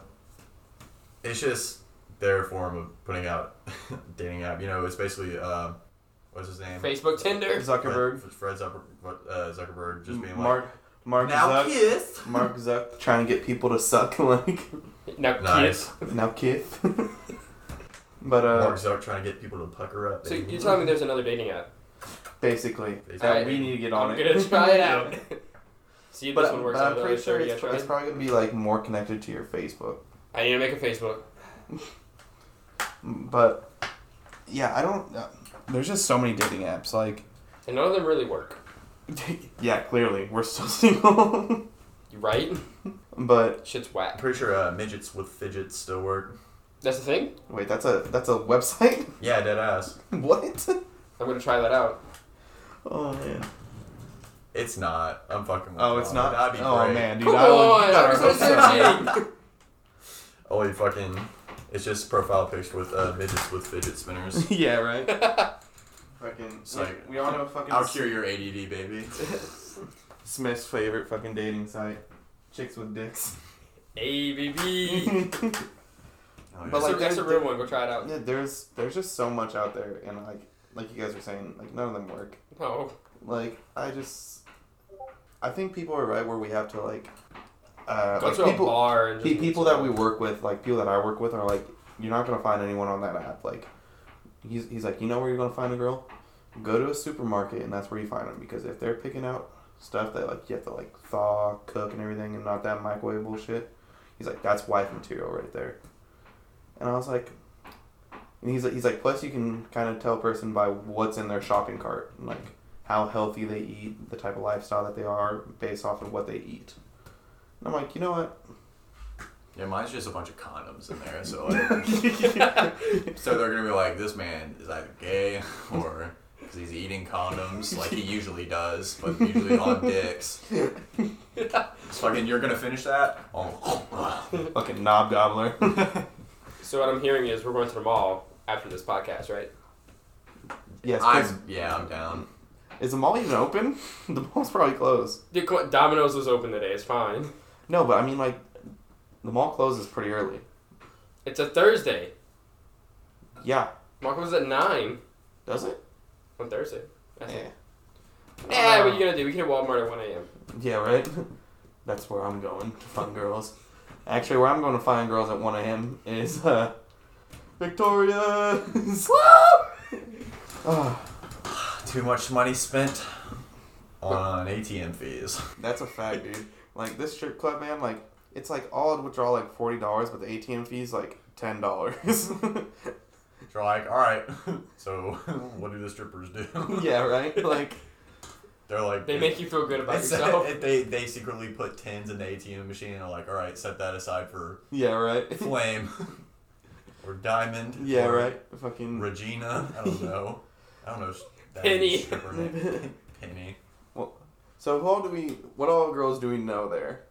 Speaker 4: it's just their form of putting out [laughs] dating app you know it's basically uh what's his name
Speaker 2: Facebook Tinder.
Speaker 1: Zuckerberg,
Speaker 4: fred, fred Zucker, what, uh, zuckerberg just being
Speaker 1: Mark, Mark
Speaker 4: like now
Speaker 1: Zuck,
Speaker 4: kiss
Speaker 1: Mark Zuck trying to get people to suck [laughs] like
Speaker 2: Now,
Speaker 4: nice
Speaker 2: kids.
Speaker 1: now kid. [laughs] but uh,
Speaker 4: mark zuck trying to get people to pucker up
Speaker 2: So
Speaker 4: baby.
Speaker 2: you're telling me there's another dating app?
Speaker 1: basically,
Speaker 4: Facebook.
Speaker 1: uh, we need to get on
Speaker 2: I'm
Speaker 1: it. [laughs]
Speaker 2: gonna try it out. See if
Speaker 1: But,
Speaker 2: this one
Speaker 1: but
Speaker 2: works
Speaker 1: I'm
Speaker 2: out. the
Speaker 1: pretty
Speaker 2: other
Speaker 1: sure
Speaker 2: 30 I
Speaker 1: it's, it's
Speaker 2: tried.
Speaker 1: probably gonna be like more connected to your Facebook.
Speaker 2: I need to make a Facebook.
Speaker 1: But yeah, I don't. Uh, there's just so many dating apps. Like,
Speaker 2: And none of them really work.
Speaker 1: [laughs] yeah, clearly we're still [laughs] single.
Speaker 2: You right?
Speaker 1: but
Speaker 2: Shit's
Speaker 4: i'm
Speaker 2: whack.
Speaker 4: pretty sure uh, midgets with fidgets still work
Speaker 2: That's the thing?
Speaker 1: Wait, that's a that's a website? [laughs]
Speaker 4: yeah dead ass
Speaker 1: what?
Speaker 2: I'm gonna try that out.
Speaker 1: Oh man.
Speaker 4: it's not i'm fucking with
Speaker 1: Oh, it's
Speaker 4: y'all.
Speaker 1: not.
Speaker 4: that'd be
Speaker 1: oh
Speaker 4: great.
Speaker 1: man, dude,
Speaker 2: Come
Speaker 1: I would.
Speaker 2: on!
Speaker 1: you better
Speaker 2: I'm so
Speaker 1: hope so.
Speaker 2: searching!
Speaker 4: only Oh, fucking it's just profile picture with uh, midgets with fidget spinners
Speaker 1: [laughs]
Speaker 4: [laughs]
Speaker 1: yeah, right.
Speaker 2: [laughs]
Speaker 1: fucking.
Speaker 4: It's like-
Speaker 1: we all know fucking.
Speaker 4: i'll cure your add baby
Speaker 1: Oh, [laughs] Smith's favorite fucking dating site, chicks with dicks.
Speaker 2: ABB.
Speaker 1: yeah,
Speaker 4: Oh,
Speaker 1: But
Speaker 4: yeah.
Speaker 2: That's,
Speaker 1: like,
Speaker 2: a, that's a
Speaker 1: there's-
Speaker 2: real one. Go try it out.
Speaker 1: there's there's just so much out there, and like like you guys were saying, like none of them work.
Speaker 2: No.
Speaker 1: Like I just, I think people are right where we have to like. Uh,
Speaker 2: Go
Speaker 1: like,
Speaker 2: to a
Speaker 1: people,
Speaker 2: bar and
Speaker 1: Pe-
Speaker 2: just
Speaker 1: people that we [laughs] work with, like people that I work with, are like, you're not gonna find anyone on that app. Like, he's, he's like, you know where you're gonna find a girl? Go to a supermarket, and that's where you find them. Because if they're picking out stuff that like you have to like thaw, cook, and everything, and not that microwave bullshit, he's like, that's wife material right there. And I was like, and he's like, he's like, plus you can kind of tell a person by what's in their shopping cart, and like how healthy they eat, the type of lifestyle that they are, based off of what they eat. And I'm like, you know what?
Speaker 4: Yeah, mine's just a bunch of condoms in there. So,
Speaker 1: [laughs]
Speaker 4: like, so they're gonna be like, [laughs] this man is either gay [laughs] or 'cause he's eating condoms, like he usually does, but
Speaker 1: [laughs]
Speaker 4: usually on dicks. It's fucking, you're gonna
Speaker 1: [laughs]
Speaker 4: finish that? Oh,
Speaker 1: Fucking knob [laughs] gobbler.
Speaker 2: [laughs] So what I'm hearing is we're going to the mall after this podcast, right?
Speaker 1: yes, 'cause-
Speaker 4: I'm, yeah, I'm down.
Speaker 1: is the mall even open? [laughs] the mall's probably closed.
Speaker 2: Dude, come on, Domino's was open today. It's fine.
Speaker 1: No, but I mean, like, the mall closes pretty early.
Speaker 2: It's a Thursday.
Speaker 1: Yeah,
Speaker 2: Mall closes at nine
Speaker 1: does it?
Speaker 2: on Thursday. I think.
Speaker 1: Yeah,
Speaker 2: Yeah, what are you gonna do? We can hit Walmart at 1 a.m.
Speaker 1: yeah right? [laughs] That's where I'm going to find girls. Actually, where I'm going to find girls at 1 a.m. is, uh, Victoria's! Ah, [laughs]
Speaker 4: Too much money spent. on ATM fees.
Speaker 1: That's a fact, dude. Like this strip club, man. Like it's like all I'd withdraw like forty dollars, but the ATM fees like ten dollars. [laughs]
Speaker 4: They're like, all right, [laughs] so what do the strippers do?
Speaker 1: yeah, right. [laughs] Like
Speaker 4: [laughs] They're like,
Speaker 2: They make you feel good about
Speaker 4: They set-
Speaker 2: yourself.
Speaker 4: they, they secretly put tens in the ATM machine and are like, all right, set that aside
Speaker 1: [laughs]
Speaker 4: for
Speaker 1: yeah, right.
Speaker 4: flame [laughs] or diamond.
Speaker 1: Yeah,
Speaker 4: or
Speaker 1: right. Fucking
Speaker 4: Regina. I don't know. I don't know. s- that
Speaker 2: Penny.
Speaker 4: stripper
Speaker 1: [laughs]
Speaker 4: name. Penny.
Speaker 1: So who all do we? What all girls do we know there?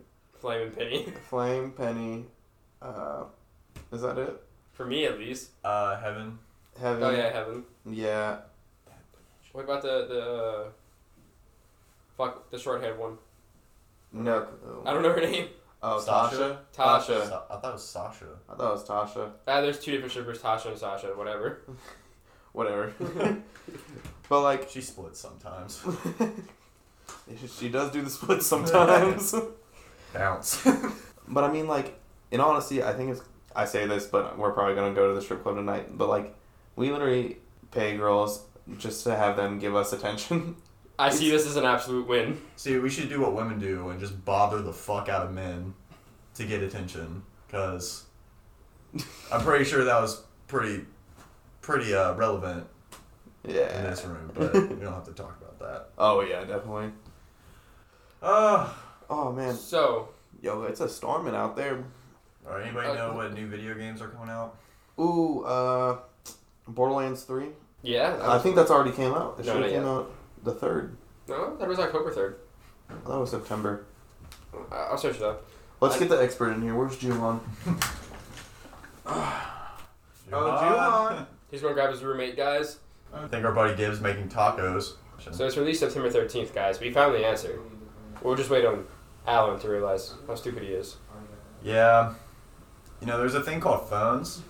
Speaker 2: Flaming penny.
Speaker 1: Flame, Penny, uh, is that it?
Speaker 2: For me, at least.
Speaker 4: Uh, Heaven.
Speaker 1: Heaven.
Speaker 2: Oh, yeah, heaven.
Speaker 1: Yeah.
Speaker 2: What about the. the uh, fuck, the short haired one?
Speaker 1: No.
Speaker 2: I don't know her name.
Speaker 1: Oh,
Speaker 4: Sasha?
Speaker 2: Tasha.
Speaker 1: Tasha.
Speaker 4: Sa- I thought it was Sasha.
Speaker 1: I thought it was Tasha.
Speaker 2: Ah, there's two different strippers, Tasha and Sasha, whatever.
Speaker 1: Whatever.
Speaker 2: [laughs]
Speaker 1: [laughs] but like, [laughs]
Speaker 4: She splits sometimes. [laughs]
Speaker 1: she does do the split
Speaker 2: [laughs]
Speaker 1: sometimes.
Speaker 4: Bounce.
Speaker 1: [laughs] But I mean, like, in all honesty, I think it's. I say this, but we're probably gonna go to the strip club tonight. But like, we literally pay girls just to have them give us attention. [laughs]
Speaker 2: I see this as an absolute win.
Speaker 4: See, we should do what women do and just bother the fuck out of men to get attention. Because I'm pretty sure that was pretty, pretty uh, relevant in
Speaker 1: yeah.
Speaker 4: this room, but we don't have to talk about that.
Speaker 1: Oh yeah, definitely.
Speaker 4: Uh,
Speaker 1: Oh man,
Speaker 2: So,
Speaker 1: yo, it's a storming out there.
Speaker 4: or anybody know what new video games are coming out?
Speaker 1: Ooh, uh, Borderlands Three.
Speaker 2: yeah. that
Speaker 1: I
Speaker 2: was-
Speaker 1: think that's already came out. It
Speaker 2: No,
Speaker 1: should have
Speaker 2: not
Speaker 1: came
Speaker 2: yet.
Speaker 1: out the third.
Speaker 2: No, that was October 3rd.
Speaker 1: That was September.
Speaker 2: I- I'll search it up.
Speaker 1: Let's
Speaker 2: I-
Speaker 1: get the expert in here. Where's Juwan?
Speaker 4: Juhan.
Speaker 2: He's going to grab his roommate, guys.
Speaker 4: I think our buddy Gibbs making tacos.
Speaker 2: So it's released September 13th, guys. We found the answer. We'll just wait on Alan to realize how stupid he is.
Speaker 4: Yeah. You know, there's a thing called phones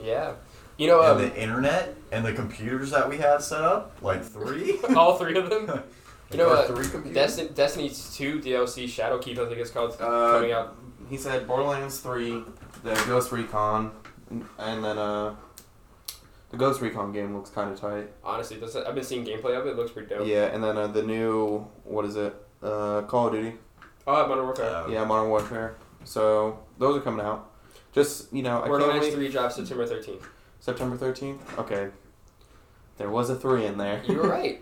Speaker 2: Yeah. You know,
Speaker 4: and
Speaker 2: um,
Speaker 4: the internet and the computers that we have set up, like
Speaker 2: [laughs]
Speaker 4: three.
Speaker 2: all three of them. Oh, You know,
Speaker 4: Like
Speaker 2: uh,
Speaker 4: our three computers.
Speaker 2: Destiny, Destiny 2 DLC Shadowkeep, I think it's called,
Speaker 1: Uh,
Speaker 2: coming out.
Speaker 1: He said Borderlands Three, the Ghost Recon, and then uh, the Ghost Recon game looks kind of tight.
Speaker 2: Honestly, this, I've been seeing gameplay of it. It looks pretty dope.
Speaker 1: Yeah, and then uh, the new what is it? Uh, Call of Duty.
Speaker 2: Oh, Modern Warfare.
Speaker 4: Uh,
Speaker 1: Yeah, Modern Warfare. So those are coming out. Just you know, I can't
Speaker 2: Borderlands
Speaker 1: wait.
Speaker 2: 3 drops September 13th.
Speaker 1: September thirteenth. Okay, there was a three in there.
Speaker 2: You [laughs] were right.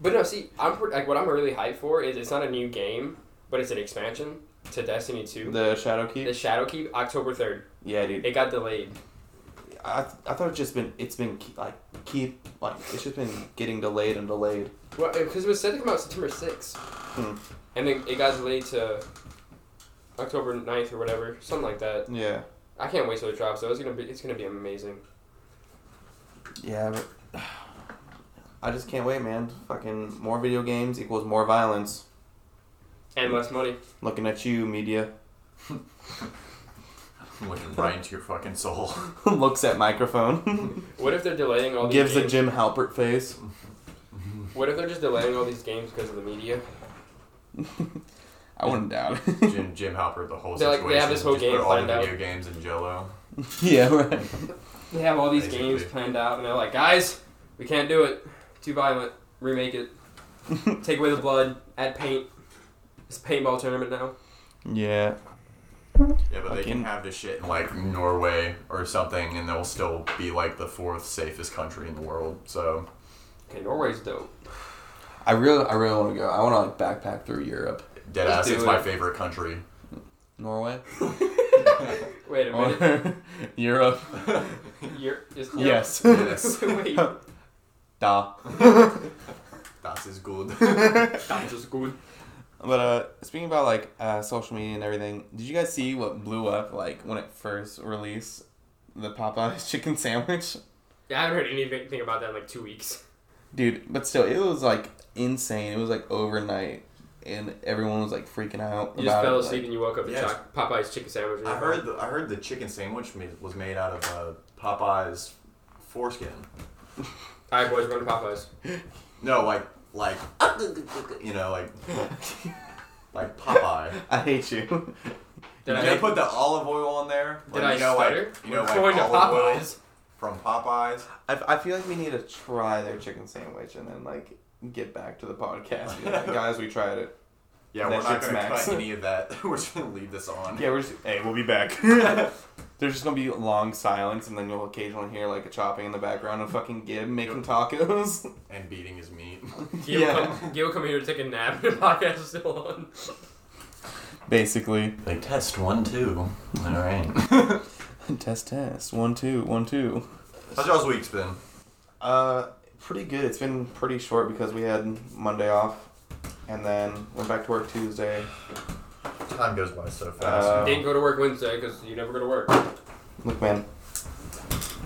Speaker 2: But no, see, I'm pre- like what I'm really hyped for is it's not a new game, but it's an expansion to Destiny
Speaker 1: [laughs]
Speaker 2: 2.
Speaker 1: the Shadow
Speaker 2: The
Speaker 1: Keep.
Speaker 2: Shadowkeep, October 3rd.
Speaker 1: yeah, dude.
Speaker 2: It got delayed.
Speaker 1: I, th- I thought it's just been it's been ke- like keep like it's just been getting delayed and delayed.
Speaker 2: Well, because it was said to come out September 6th.
Speaker 1: Hmm.
Speaker 2: And then it got delayed to October 9th or whatever, something like that.
Speaker 1: Yeah.
Speaker 2: I can't wait till it drops. So it's gonna be it's gonna be amazing.
Speaker 1: Yeah, but [sighs] I just can't wait, man. Fucking more video games equals more violence.
Speaker 2: And less money.
Speaker 1: Looking at you, media. [laughs]
Speaker 2: [laughs]
Speaker 4: I'm looking right into your fucking soul.
Speaker 1: Looks at microphone.
Speaker 2: What if they're delaying all these
Speaker 1: Gives a
Speaker 2: games?
Speaker 1: Jim Halpert
Speaker 2: [laughs]
Speaker 1: face.
Speaker 2: what if they're just delaying all these games because of the media?
Speaker 1: I wouldn't doubt [laughs] it.
Speaker 4: Jim Jim Halpert, the whole
Speaker 2: They're like,
Speaker 4: situation.
Speaker 2: they have this whole
Speaker 4: Just put
Speaker 2: game
Speaker 4: all the
Speaker 2: planned out.
Speaker 4: video games in Jello.
Speaker 1: yeah, right.
Speaker 2: They have all these
Speaker 4: Basically.
Speaker 2: games planned out, and they're like, guys, we can't do it. Too violent. Remake it. [laughs] Take away the blood. Add paint. It's a paintball tournament now.
Speaker 1: Yeah.
Speaker 4: Yeah, but they
Speaker 1: Fucking-
Speaker 4: can have this shit in like Norway or something, and they'll still be like the fourth safest country in the world. So
Speaker 2: Okay, Norway's dope. [laughs]
Speaker 1: I really, I really want to go. I want to like backpack through Europe,
Speaker 4: dead
Speaker 2: Let's
Speaker 4: ass,
Speaker 2: do
Speaker 4: it's
Speaker 2: it.
Speaker 4: my favorite [laughs] country.
Speaker 1: Norway,
Speaker 2: Wait
Speaker 1: Oh.
Speaker 2: a minute.
Speaker 1: or [laughs] Europe.
Speaker 2: You're, is,
Speaker 1: [laughs] Yes.
Speaker 2: [laughs]
Speaker 4: Yes.
Speaker 2: Wait.
Speaker 1: [laughs]
Speaker 2: [laughs]
Speaker 1: Da. [laughs]
Speaker 4: That is good.
Speaker 2: That's just good.
Speaker 1: But uh, speaking about like uh, social media and everything, did you guys see what blew up like when it first released the Popeyes [laughs] chicken sandwich?
Speaker 2: Yeah, I haven't heard anything about that in like two weeks.
Speaker 1: Dude, but still, it was like insane. It was like overnight, and everyone was like freaking out
Speaker 2: You just
Speaker 1: about
Speaker 2: fell
Speaker 1: it.
Speaker 2: asleep and you woke up and
Speaker 4: Yes.
Speaker 2: choc- Popeye's chicken sandwich. in
Speaker 4: I
Speaker 2: your
Speaker 4: heard
Speaker 2: mouth.
Speaker 4: the I heard the chicken sandwich ma- was made out of uh, Popeye's foreskin.
Speaker 2: All right, boys, we're going to Popeye's.
Speaker 4: No, like like you know like like
Speaker 1: like,
Speaker 4: Popeye.
Speaker 1: [laughs] I hate you. [laughs]
Speaker 2: Did
Speaker 4: they
Speaker 2: I,
Speaker 4: [laughs] put the olive oil on there.
Speaker 2: did
Speaker 4: Like,
Speaker 2: I
Speaker 4: you know,
Speaker 2: stutter?
Speaker 4: Like, you know,
Speaker 2: we're going
Speaker 4: like
Speaker 2: to
Speaker 4: olive oil
Speaker 2: Popeye's.
Speaker 4: from Popeyes.
Speaker 1: I, I feel like we need to try their chicken sandwich and then like get back to the podcast. Be
Speaker 2: [laughs]
Speaker 1: like, Guys, we tried it.
Speaker 4: Yeah,
Speaker 1: That
Speaker 4: we're not
Speaker 1: shit's
Speaker 4: gonna
Speaker 1: max.
Speaker 4: cut any of that. [laughs] we're just gonna leave this on.
Speaker 1: Yeah, we're just hey, we'll be [laughs] back. There's just gonna be a long silence, and then you'll occasionally hear like a chopping in the background of fucking Gib making tacos. [laughs]
Speaker 4: And beating his meat.
Speaker 2: Gil,
Speaker 1: Yeah.
Speaker 2: come, Gil come here to take a nap. [laughs] and The podcast is still on.
Speaker 1: Basically,
Speaker 4: [laughs] They test one, two. All right.
Speaker 1: test test one two one two.
Speaker 4: How's y'all's week's been?
Speaker 1: Uh, pretty good. It's been pretty short because we had Monday off, and then went back to work Tuesday.
Speaker 4: Time goes by so
Speaker 1: fast.
Speaker 4: fast.
Speaker 2: Didn't go to work Wednesday because you never go to work.
Speaker 1: Look, man,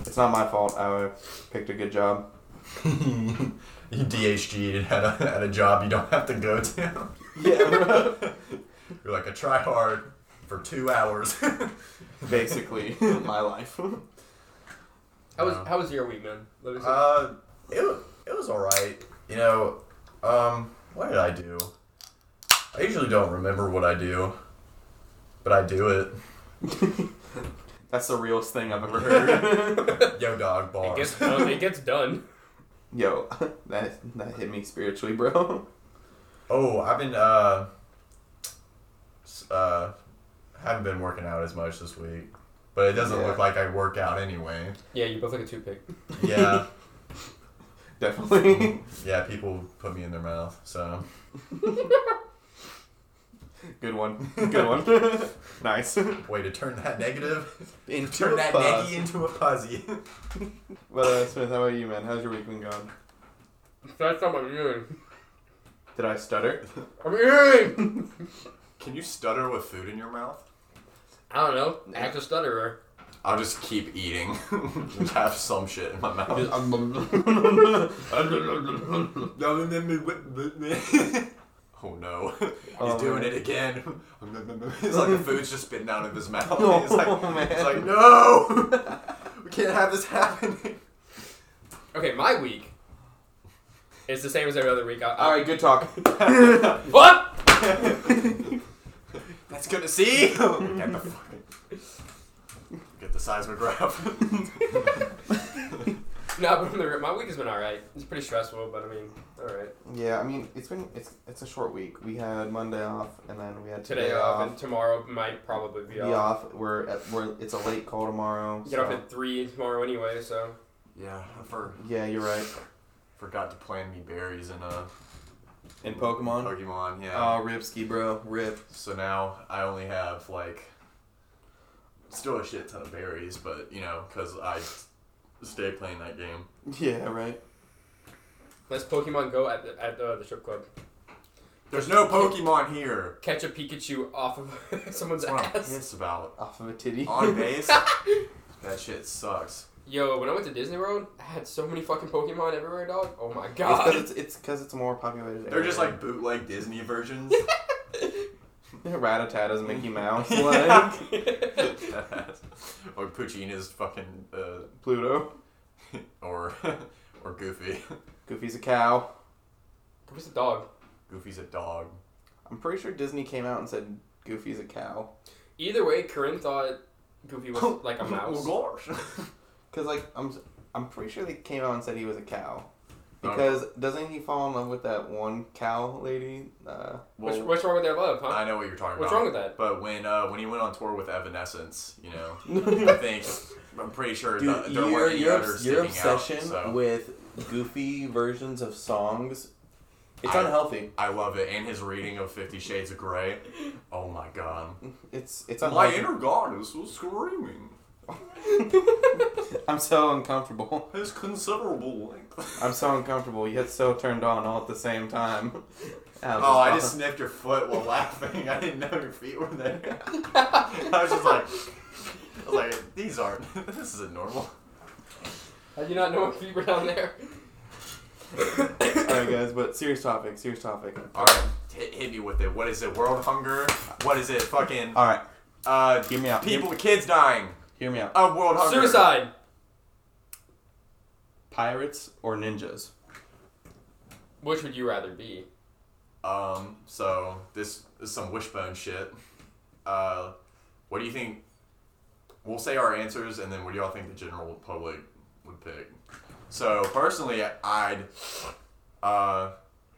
Speaker 1: it's not my fault. I picked a good job.
Speaker 4: [laughs] you DHG'd at a, at a job you don't have to go to.
Speaker 1: Yeah,
Speaker 4: You're like a try hard for two hours.
Speaker 1: [laughs]
Speaker 4: [laughs]
Speaker 1: basically [laughs] my life.
Speaker 2: How was
Speaker 4: No.
Speaker 2: how was your week, man? Let me see.
Speaker 4: Uh, it, wa- it was alright. You know, um, what did I do? I usually don't remember what I do, but I do it. [laughs]
Speaker 1: That's the realest thing I've ever [laughs] heard.
Speaker 4: Yo, dog,
Speaker 2: it gets
Speaker 4: bars.
Speaker 2: done. It gets done.
Speaker 1: Yo, [laughs] that that hit me spiritually, bro. [laughs]
Speaker 4: oh, I've been, uh, s- uh, haven't been working out as much this week, but it doesn't
Speaker 1: Yeah.
Speaker 4: look like I work out [laughs] anyway.
Speaker 2: Yeah, you both like a toothpick.
Speaker 4: Yeah,
Speaker 1: [laughs] Definitely.
Speaker 4: yeah, people put me in their mouth, so.
Speaker 1: Good one. Good one. [laughs] nice.
Speaker 4: Way to turn that negative,
Speaker 1: Into
Speaker 4: [laughs] turn
Speaker 1: a
Speaker 4: that
Speaker 1: buzz.
Speaker 4: neggy into a puzzy. [laughs]
Speaker 1: Well, uh, Smith, how about you, man? How's your week been going?
Speaker 2: That's not my earing.
Speaker 1: Did I [laughs] stutter?
Speaker 2: I'm eating.
Speaker 4: Can you stutter with food in your mouth?
Speaker 2: I don't know. Act a stutterer.
Speaker 4: I'll just keep eating. [laughs] just have some shit in my mouth. [laughs] oh
Speaker 1: [laughs]
Speaker 4: no. He's
Speaker 1: Oh,
Speaker 4: doing
Speaker 1: man.
Speaker 4: it again. [laughs] it's like the food's just spitting out of his mouth.
Speaker 1: [laughs] No,
Speaker 4: he's like,
Speaker 1: man.
Speaker 4: He's like, no! [laughs] we can't have this happening. [laughs]
Speaker 2: Okay, my week. It's the same as every other week. I, I,
Speaker 1: All right, good [laughs] talk.
Speaker 2: What?
Speaker 4: That's good
Speaker 1: [laughs]
Speaker 4: to see! [laughs] Get the fuck- Get the seismograph. [laughs]
Speaker 2: No, but on the real- my week has been all right. It's pretty stressful, but I mean, all right.
Speaker 1: Yeah, I mean, it's been it's it's a short week. We had Monday off, and then we had today,
Speaker 2: Today off,
Speaker 1: off.
Speaker 2: and tomorrow might probably be
Speaker 1: Be
Speaker 2: off.
Speaker 1: off. We're at we're it's a late call tomorrow.
Speaker 2: Get off
Speaker 1: so-
Speaker 2: at three tomorrow anyway, so
Speaker 4: yeah, I for,
Speaker 1: Yeah, you're right.
Speaker 4: forgot to plant me berries in a
Speaker 1: In Pokemon.
Speaker 4: Pokemon, yeah.
Speaker 1: Oh, Ripski, bro, rip.
Speaker 4: So now I only have like still a shit ton of berries, but you know, because I stay playing that game.
Speaker 1: [laughs] Yeah, right.
Speaker 2: let's Pokemon Go at the, at uh, the strip club.
Speaker 4: There's no Pokemon here.
Speaker 2: Catch a Pikachu off of [laughs] someone's
Speaker 4: That's what I'm
Speaker 2: ass.
Speaker 4: pissed about.
Speaker 1: Off of a titty. [laughs]
Speaker 2: [laughs]
Speaker 4: On base, that shit sucks.
Speaker 2: Yo, when I went to Disney World, I had so many fucking Pokemon everywhere, dog. Oh my
Speaker 1: It's
Speaker 2: god. [laughs]
Speaker 4: [laughs]
Speaker 1: because it's it's, 'cause it's a more populated.
Speaker 4: They're just
Speaker 1: area. [laughs]
Speaker 4: like bootleg
Speaker 2: [laughs]
Speaker 4: Disney versions. [laughs]
Speaker 1: Rattatatas, Mickey Mouse,
Speaker 4: Yeah.
Speaker 1: like
Speaker 4: or Puccina's fucking uh, [laughs]
Speaker 1: Pluto.
Speaker 4: or [laughs] or Goofy. [laughs]
Speaker 1: Goofy's a cow.
Speaker 2: Where's the dog?
Speaker 4: Goofy's a dog.
Speaker 1: I'm pretty sure Disney came out and said Goofy's a cow.
Speaker 2: Either way, Corinne thought Goofy was
Speaker 4: [laughs]
Speaker 2: like a mouse.
Speaker 4: Well, gosh.
Speaker 1: Cause like I'm s- I'm pretty sure they came out and said he was a cow.
Speaker 4: Okay.
Speaker 1: Because doesn't he fall in love with that one cow lady? Uh, [laughs]
Speaker 4: [laughs]
Speaker 2: What's,
Speaker 4: Well,
Speaker 2: what's wrong with their love, huh?
Speaker 4: I know what you're talking
Speaker 2: What's
Speaker 4: about.
Speaker 2: wrong with that? [laughs]
Speaker 4: But when uh, when he went on tour with Evanescence, you know, I think I'm pretty sure
Speaker 1: dude,
Speaker 4: the, there
Speaker 1: your,
Speaker 4: weren't any
Speaker 1: your,
Speaker 4: others
Speaker 1: your
Speaker 4: sticking out,
Speaker 1: obsession
Speaker 4: so.
Speaker 1: with goofy versions of songs, it's
Speaker 4: I-
Speaker 1: unhealthy.
Speaker 4: I love it, and his reading of Fifty Shades of Grey. Oh my god!
Speaker 1: It's it's
Speaker 4: My
Speaker 1: unhealthy.
Speaker 4: inner goddess was screaming.
Speaker 1: I'm so uncomfortable. [laughs]
Speaker 4: His considerable length.
Speaker 1: I'm so uncomfortable yet so turned on all at the same time. [laughs] Ow,
Speaker 4: [laughs] Oh,
Speaker 1: [laughs]
Speaker 4: I just sniffed your foot while laughing. I didn't know your feet were there. [laughs] [laughs] I was just like, I was like, these aren't. [laughs] This isn't [coughs] normal.
Speaker 2: How do you not know what feet were down
Speaker 4: [laughs]
Speaker 2: there?
Speaker 1: All right, guys, but serious topic. Serious topic.
Speaker 4: All right, hit, hit me with it. What is it? World hunger? What is it? Fucking
Speaker 1: All right,
Speaker 4: uh,
Speaker 1: hear me out.
Speaker 4: people, kids dying.
Speaker 1: Hear me out.
Speaker 4: Uh, world hunger.
Speaker 2: Suicide.
Speaker 1: Pirates or ninjas?
Speaker 2: Which would you rather be?
Speaker 4: Um, so this is some wishbone shit. Uh, what do you think? We'll say our answers, and then what do y'all think the general public would pick? So personally, I'd uh,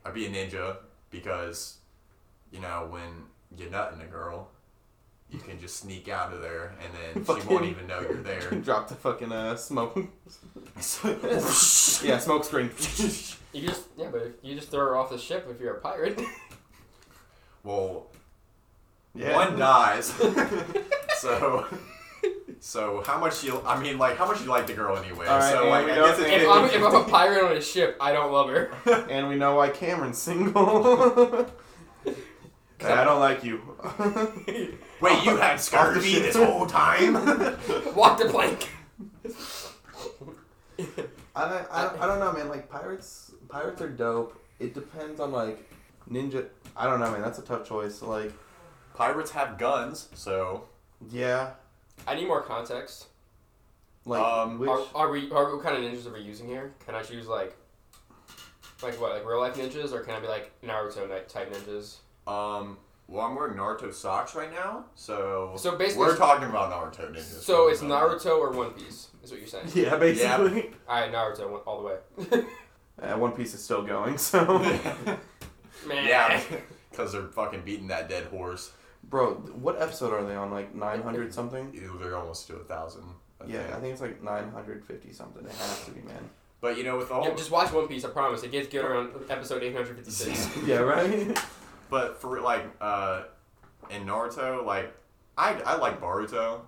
Speaker 4: I'd be a ninja because, you know, when you're nutting a girl, you can just sneak out of there and then she won't
Speaker 1: Fucking-
Speaker 4: even know you're there.
Speaker 1: [laughs] Drop the fucking uh,
Speaker 4: [laughs]
Speaker 1: smoke.
Speaker 4: So-
Speaker 1: yeah, smoke
Speaker 4: [laughs]
Speaker 1: screen.
Speaker 2: You just yeah, but if you just throw her off the ship if you're a
Speaker 4: [laughs]
Speaker 2: pirate. [laughs]
Speaker 4: well,
Speaker 1: Yeah.
Speaker 4: one dies. [laughs] so, so how much you? I mean, like how much you like the girl anyway?
Speaker 1: All right,
Speaker 4: so
Speaker 1: and
Speaker 4: like,
Speaker 1: we
Speaker 4: I
Speaker 1: don't
Speaker 4: guess it's
Speaker 2: if I'm if
Speaker 4: 50-50.
Speaker 2: I'm a pirate on a ship, I don't love her.
Speaker 1: [laughs]
Speaker 4: [laughs]
Speaker 1: And we know why Cameron's single. [laughs] hey, I don't like you. [laughs]
Speaker 4: Wait, you had
Speaker 1: Off the
Speaker 4: scurvy
Speaker 1: ship.
Speaker 4: this whole time? [laughs]
Speaker 2: Walk the plank.
Speaker 1: I, don't- I, don't- I don't know, man. Like pirates, pirates are dope. It depends on like ninja. I don't know, man. That's a tough choice. Like,
Speaker 4: Pirates have guns, so
Speaker 1: yeah,
Speaker 2: [laughs] I need more context.
Speaker 1: like
Speaker 4: Um,
Speaker 1: which
Speaker 2: Are, are we? Are, what kind of ninjas are we using here? Can I choose like, like what, like real life ninjas, or can I be like Naruto ni- type ninjas?
Speaker 4: um well I'm wearing Naruto socks right now, so
Speaker 2: So basically,
Speaker 4: we're talking about Naruto ninjas.
Speaker 2: so it's Naruto or One Piece, is what you're
Speaker 4: [laughs]
Speaker 2: saying.
Speaker 1: [laughs] yeah, basically.
Speaker 2: All right, Naruto one- all the way. [laughs]
Speaker 1: [laughs] Uh, One Piece is still going, [laughs] so
Speaker 2: Man.
Speaker 4: [laughs] yeah, [laughs] because they're fucking beating that dead horse.
Speaker 1: bro, what episode are they on? Like nine hundred something.
Speaker 4: Ew, They're almost to a thousand. I
Speaker 1: Yeah,
Speaker 4: think.
Speaker 1: I think it's like nine hundred fifty something. It has to be, man.
Speaker 4: But you know, with
Speaker 2: [laughs]
Speaker 4: all
Speaker 2: Yeah,
Speaker 4: [laughs]
Speaker 2: just watch One Piece. I promise, it gets good around episode
Speaker 4: [laughs]
Speaker 2: 856.
Speaker 1: [laughs] Yeah, right.
Speaker 4: But for like uh, in Naruto, like I I like Boruto,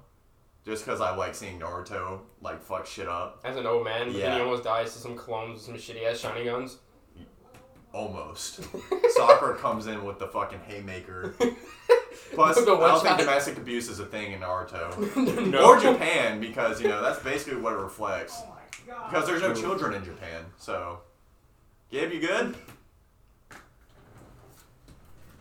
Speaker 4: just because I like seeing Naruto like fuck shit up
Speaker 2: As an old man, but then
Speaker 4: Yeah.
Speaker 2: he almost dies to some clones with some shitty ass shiny
Speaker 4: [laughs]
Speaker 2: guns.
Speaker 1: [laughs]
Speaker 4: almost.
Speaker 2: [laughs]
Speaker 4: Sakura comes in with the fucking haymaker.
Speaker 1: [laughs]
Speaker 4: Plus,
Speaker 2: [laughs]
Speaker 4: I
Speaker 2: The one
Speaker 4: don't think
Speaker 2: shot.
Speaker 4: domestic abuse is a thing in Naruto
Speaker 2: [laughs] no.
Speaker 4: or Japan because you know that's basically what it reflects. Because there's no children in Japan, so. Gabe, you good?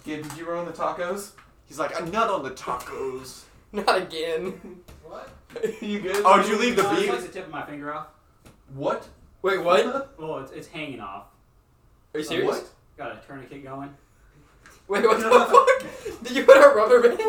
Speaker 1: Gabe, did you ruin the tacos?
Speaker 4: He's like, a nut on the tacos.
Speaker 2: [laughs] Not again.
Speaker 3: What?
Speaker 1: you good?
Speaker 4: Oh, did you leave the
Speaker 3: No, I sliced
Speaker 4: beat?
Speaker 3: Uh, the tip of my finger off.
Speaker 1: What?
Speaker 2: Wait,
Speaker 3: [laughs]
Speaker 2: what? Are
Speaker 3: Well, it's, it's hanging off.
Speaker 2: you serious?
Speaker 1: What?
Speaker 3: Got a tourniquet going.
Speaker 2: Wait, what the fuck? Did you put a rubber band?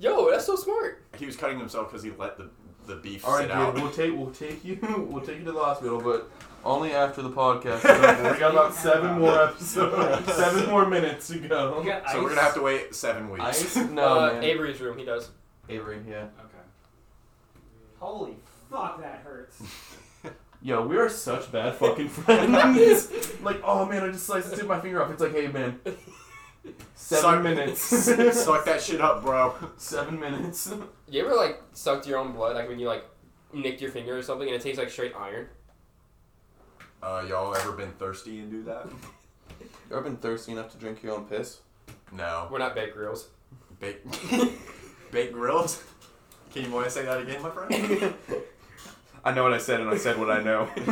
Speaker 2: Yo, that's so smart.
Speaker 4: He was cutting himself because he let the, the beef
Speaker 1: All right,
Speaker 4: sit
Speaker 1: dude.
Speaker 4: out.
Speaker 1: We'll take we'll take you [laughs] we'll take you to the hospital, but only after the podcast. [laughs] is over. we got about seven more [laughs] episodes, seven more minutes to
Speaker 3: You
Speaker 1: go.
Speaker 3: got
Speaker 4: Um, So we're
Speaker 3: ice?
Speaker 4: gonna have to wait seven weeks.
Speaker 1: [laughs] Ice? No,
Speaker 2: uh,
Speaker 1: man.
Speaker 2: Avery's room, he does.
Speaker 1: Avery, yeah.
Speaker 3: Okay. Holy fuck, that hurts.
Speaker 1: Yo, we are such bad fucking friends. [laughs] like, oh man, I just sliced the tip of my finger off. It's like, hey man, seven
Speaker 4: Suck-
Speaker 1: [laughs] minutes,
Speaker 4: Suck that shit up, bro.
Speaker 1: seven [laughs] minutes.
Speaker 2: You ever like sucked your own blood, like when you like nicked your finger or something, and it tastes like straight iron?
Speaker 4: Uh, y'all ever been thirsty and do that?
Speaker 1: You ever been thirsty enough to drink your own [laughs] piss?
Speaker 4: No.
Speaker 2: We're not baked grills.
Speaker 1: [laughs]
Speaker 4: Bake, bake grills. Can you want to say that again, my friend?
Speaker 1: [laughs] I know what I said, and I said what I [laughs]
Speaker 4: [laughs]
Speaker 1: know.
Speaker 4: An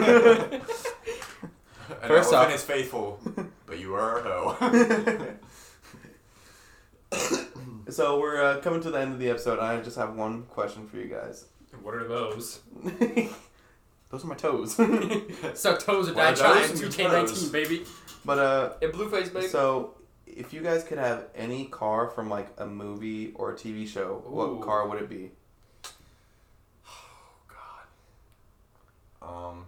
Speaker 1: First
Speaker 4: elephant
Speaker 1: off-
Speaker 4: is faithful, but you are a
Speaker 1: [laughs]
Speaker 4: hoe.
Speaker 1: so we're uh, coming to the end of the episode. I just have one question for you guys. [laughs]
Speaker 2: What are those?
Speaker 1: Those are my toes. [laughs]
Speaker 2: [laughs] Suck toes or
Speaker 4: What
Speaker 2: die
Speaker 4: are
Speaker 2: trying.
Speaker 4: those?
Speaker 2: 2K19, baby.
Speaker 1: but uh,
Speaker 2: And Blueface, baby.
Speaker 1: so if you guys could have any car from like a movie or a TV show,
Speaker 2: Ooh.
Speaker 1: what car would it be? [laughs]
Speaker 4: um,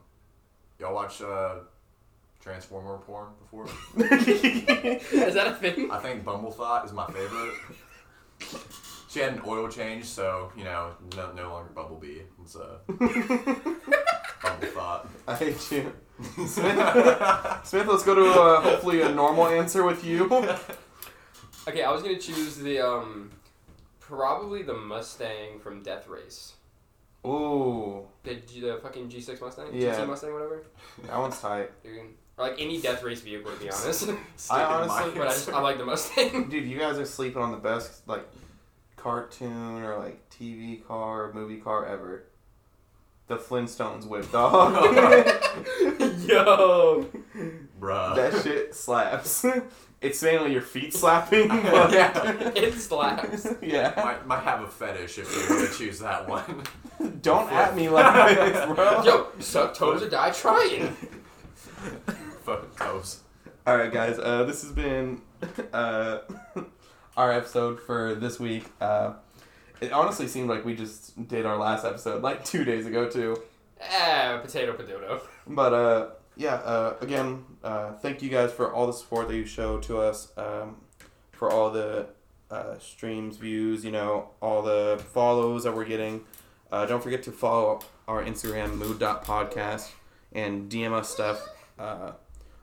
Speaker 4: y'all watch uh, Transformer porn before?
Speaker 2: [laughs] Is that a thing?
Speaker 4: I think Bumblethought is my favorite. She had an oil change, so you know, no, no longer Bumblebee. It's uh, Bumblethought.
Speaker 1: [laughs] I hate you, [laughs] Smith. Let's go to uh, hopefully a normal answer with you. [laughs]
Speaker 2: Okay, I was gonna choose the um, probably the Mustang from Death Race.
Speaker 1: Ooh,
Speaker 2: The G, the fucking G6 Mustang,
Speaker 1: Yeah.
Speaker 2: G6 Mustang, whatever.
Speaker 1: that one's tight,
Speaker 2: Dude. Or like any Death Race vehicle, to
Speaker 4: [laughs]
Speaker 2: be honest.
Speaker 4: Stick in
Speaker 1: honestly-
Speaker 4: my
Speaker 2: but I just I like the [laughs] Mustang.
Speaker 1: dude. You guys are sleeping on the best like cartoon or like TV car, movie car ever. The Flintstones whip
Speaker 2: [laughs]
Speaker 1: dog.
Speaker 2: Yo.
Speaker 4: Bruh.
Speaker 1: That shit slaps. [laughs] It's mainly your feet
Speaker 2: [laughs]
Speaker 1: slapping. But
Speaker 4: Yeah.
Speaker 2: It slaps.
Speaker 1: [laughs] yeah.
Speaker 4: might, might have a fetish if you were to choose that one. [laughs]
Speaker 1: Don't at me like this,
Speaker 2: [laughs]
Speaker 1: bro.
Speaker 2: Yo, suck toes or die [laughs] trying.
Speaker 4: Photos.
Speaker 1: All right, guys. Uh, this has been uh, [laughs] our episode for this week. Uh, it honestly seemed like we just did our last episode like two days ago too.
Speaker 2: Ah, Eh, potato, potato.
Speaker 1: [laughs] But uh, yeah, uh, again, uh, thank you guys for all the support that you show to us, um, for all the uh, streams, views, you know, all the follows that we're getting. Uh, don't forget to follow our Instagram, mood.podcast, and DM us stuff uh,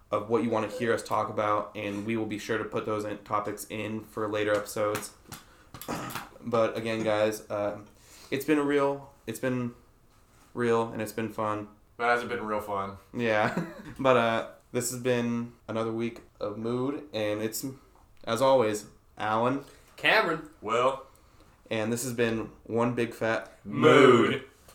Speaker 1: of what you want to hear us talk about, and we will be sure to put those in, topics in for later episodes. [clears throat] but again, guys, uh, it's been real. It's been real, and it's been fun.
Speaker 4: But has it been real fun?
Speaker 1: Yeah. [laughs] but uh this has been another week of mood and it's as always Alan
Speaker 2: Cameron.
Speaker 4: Well,
Speaker 1: and this has been one big fat
Speaker 2: Mood.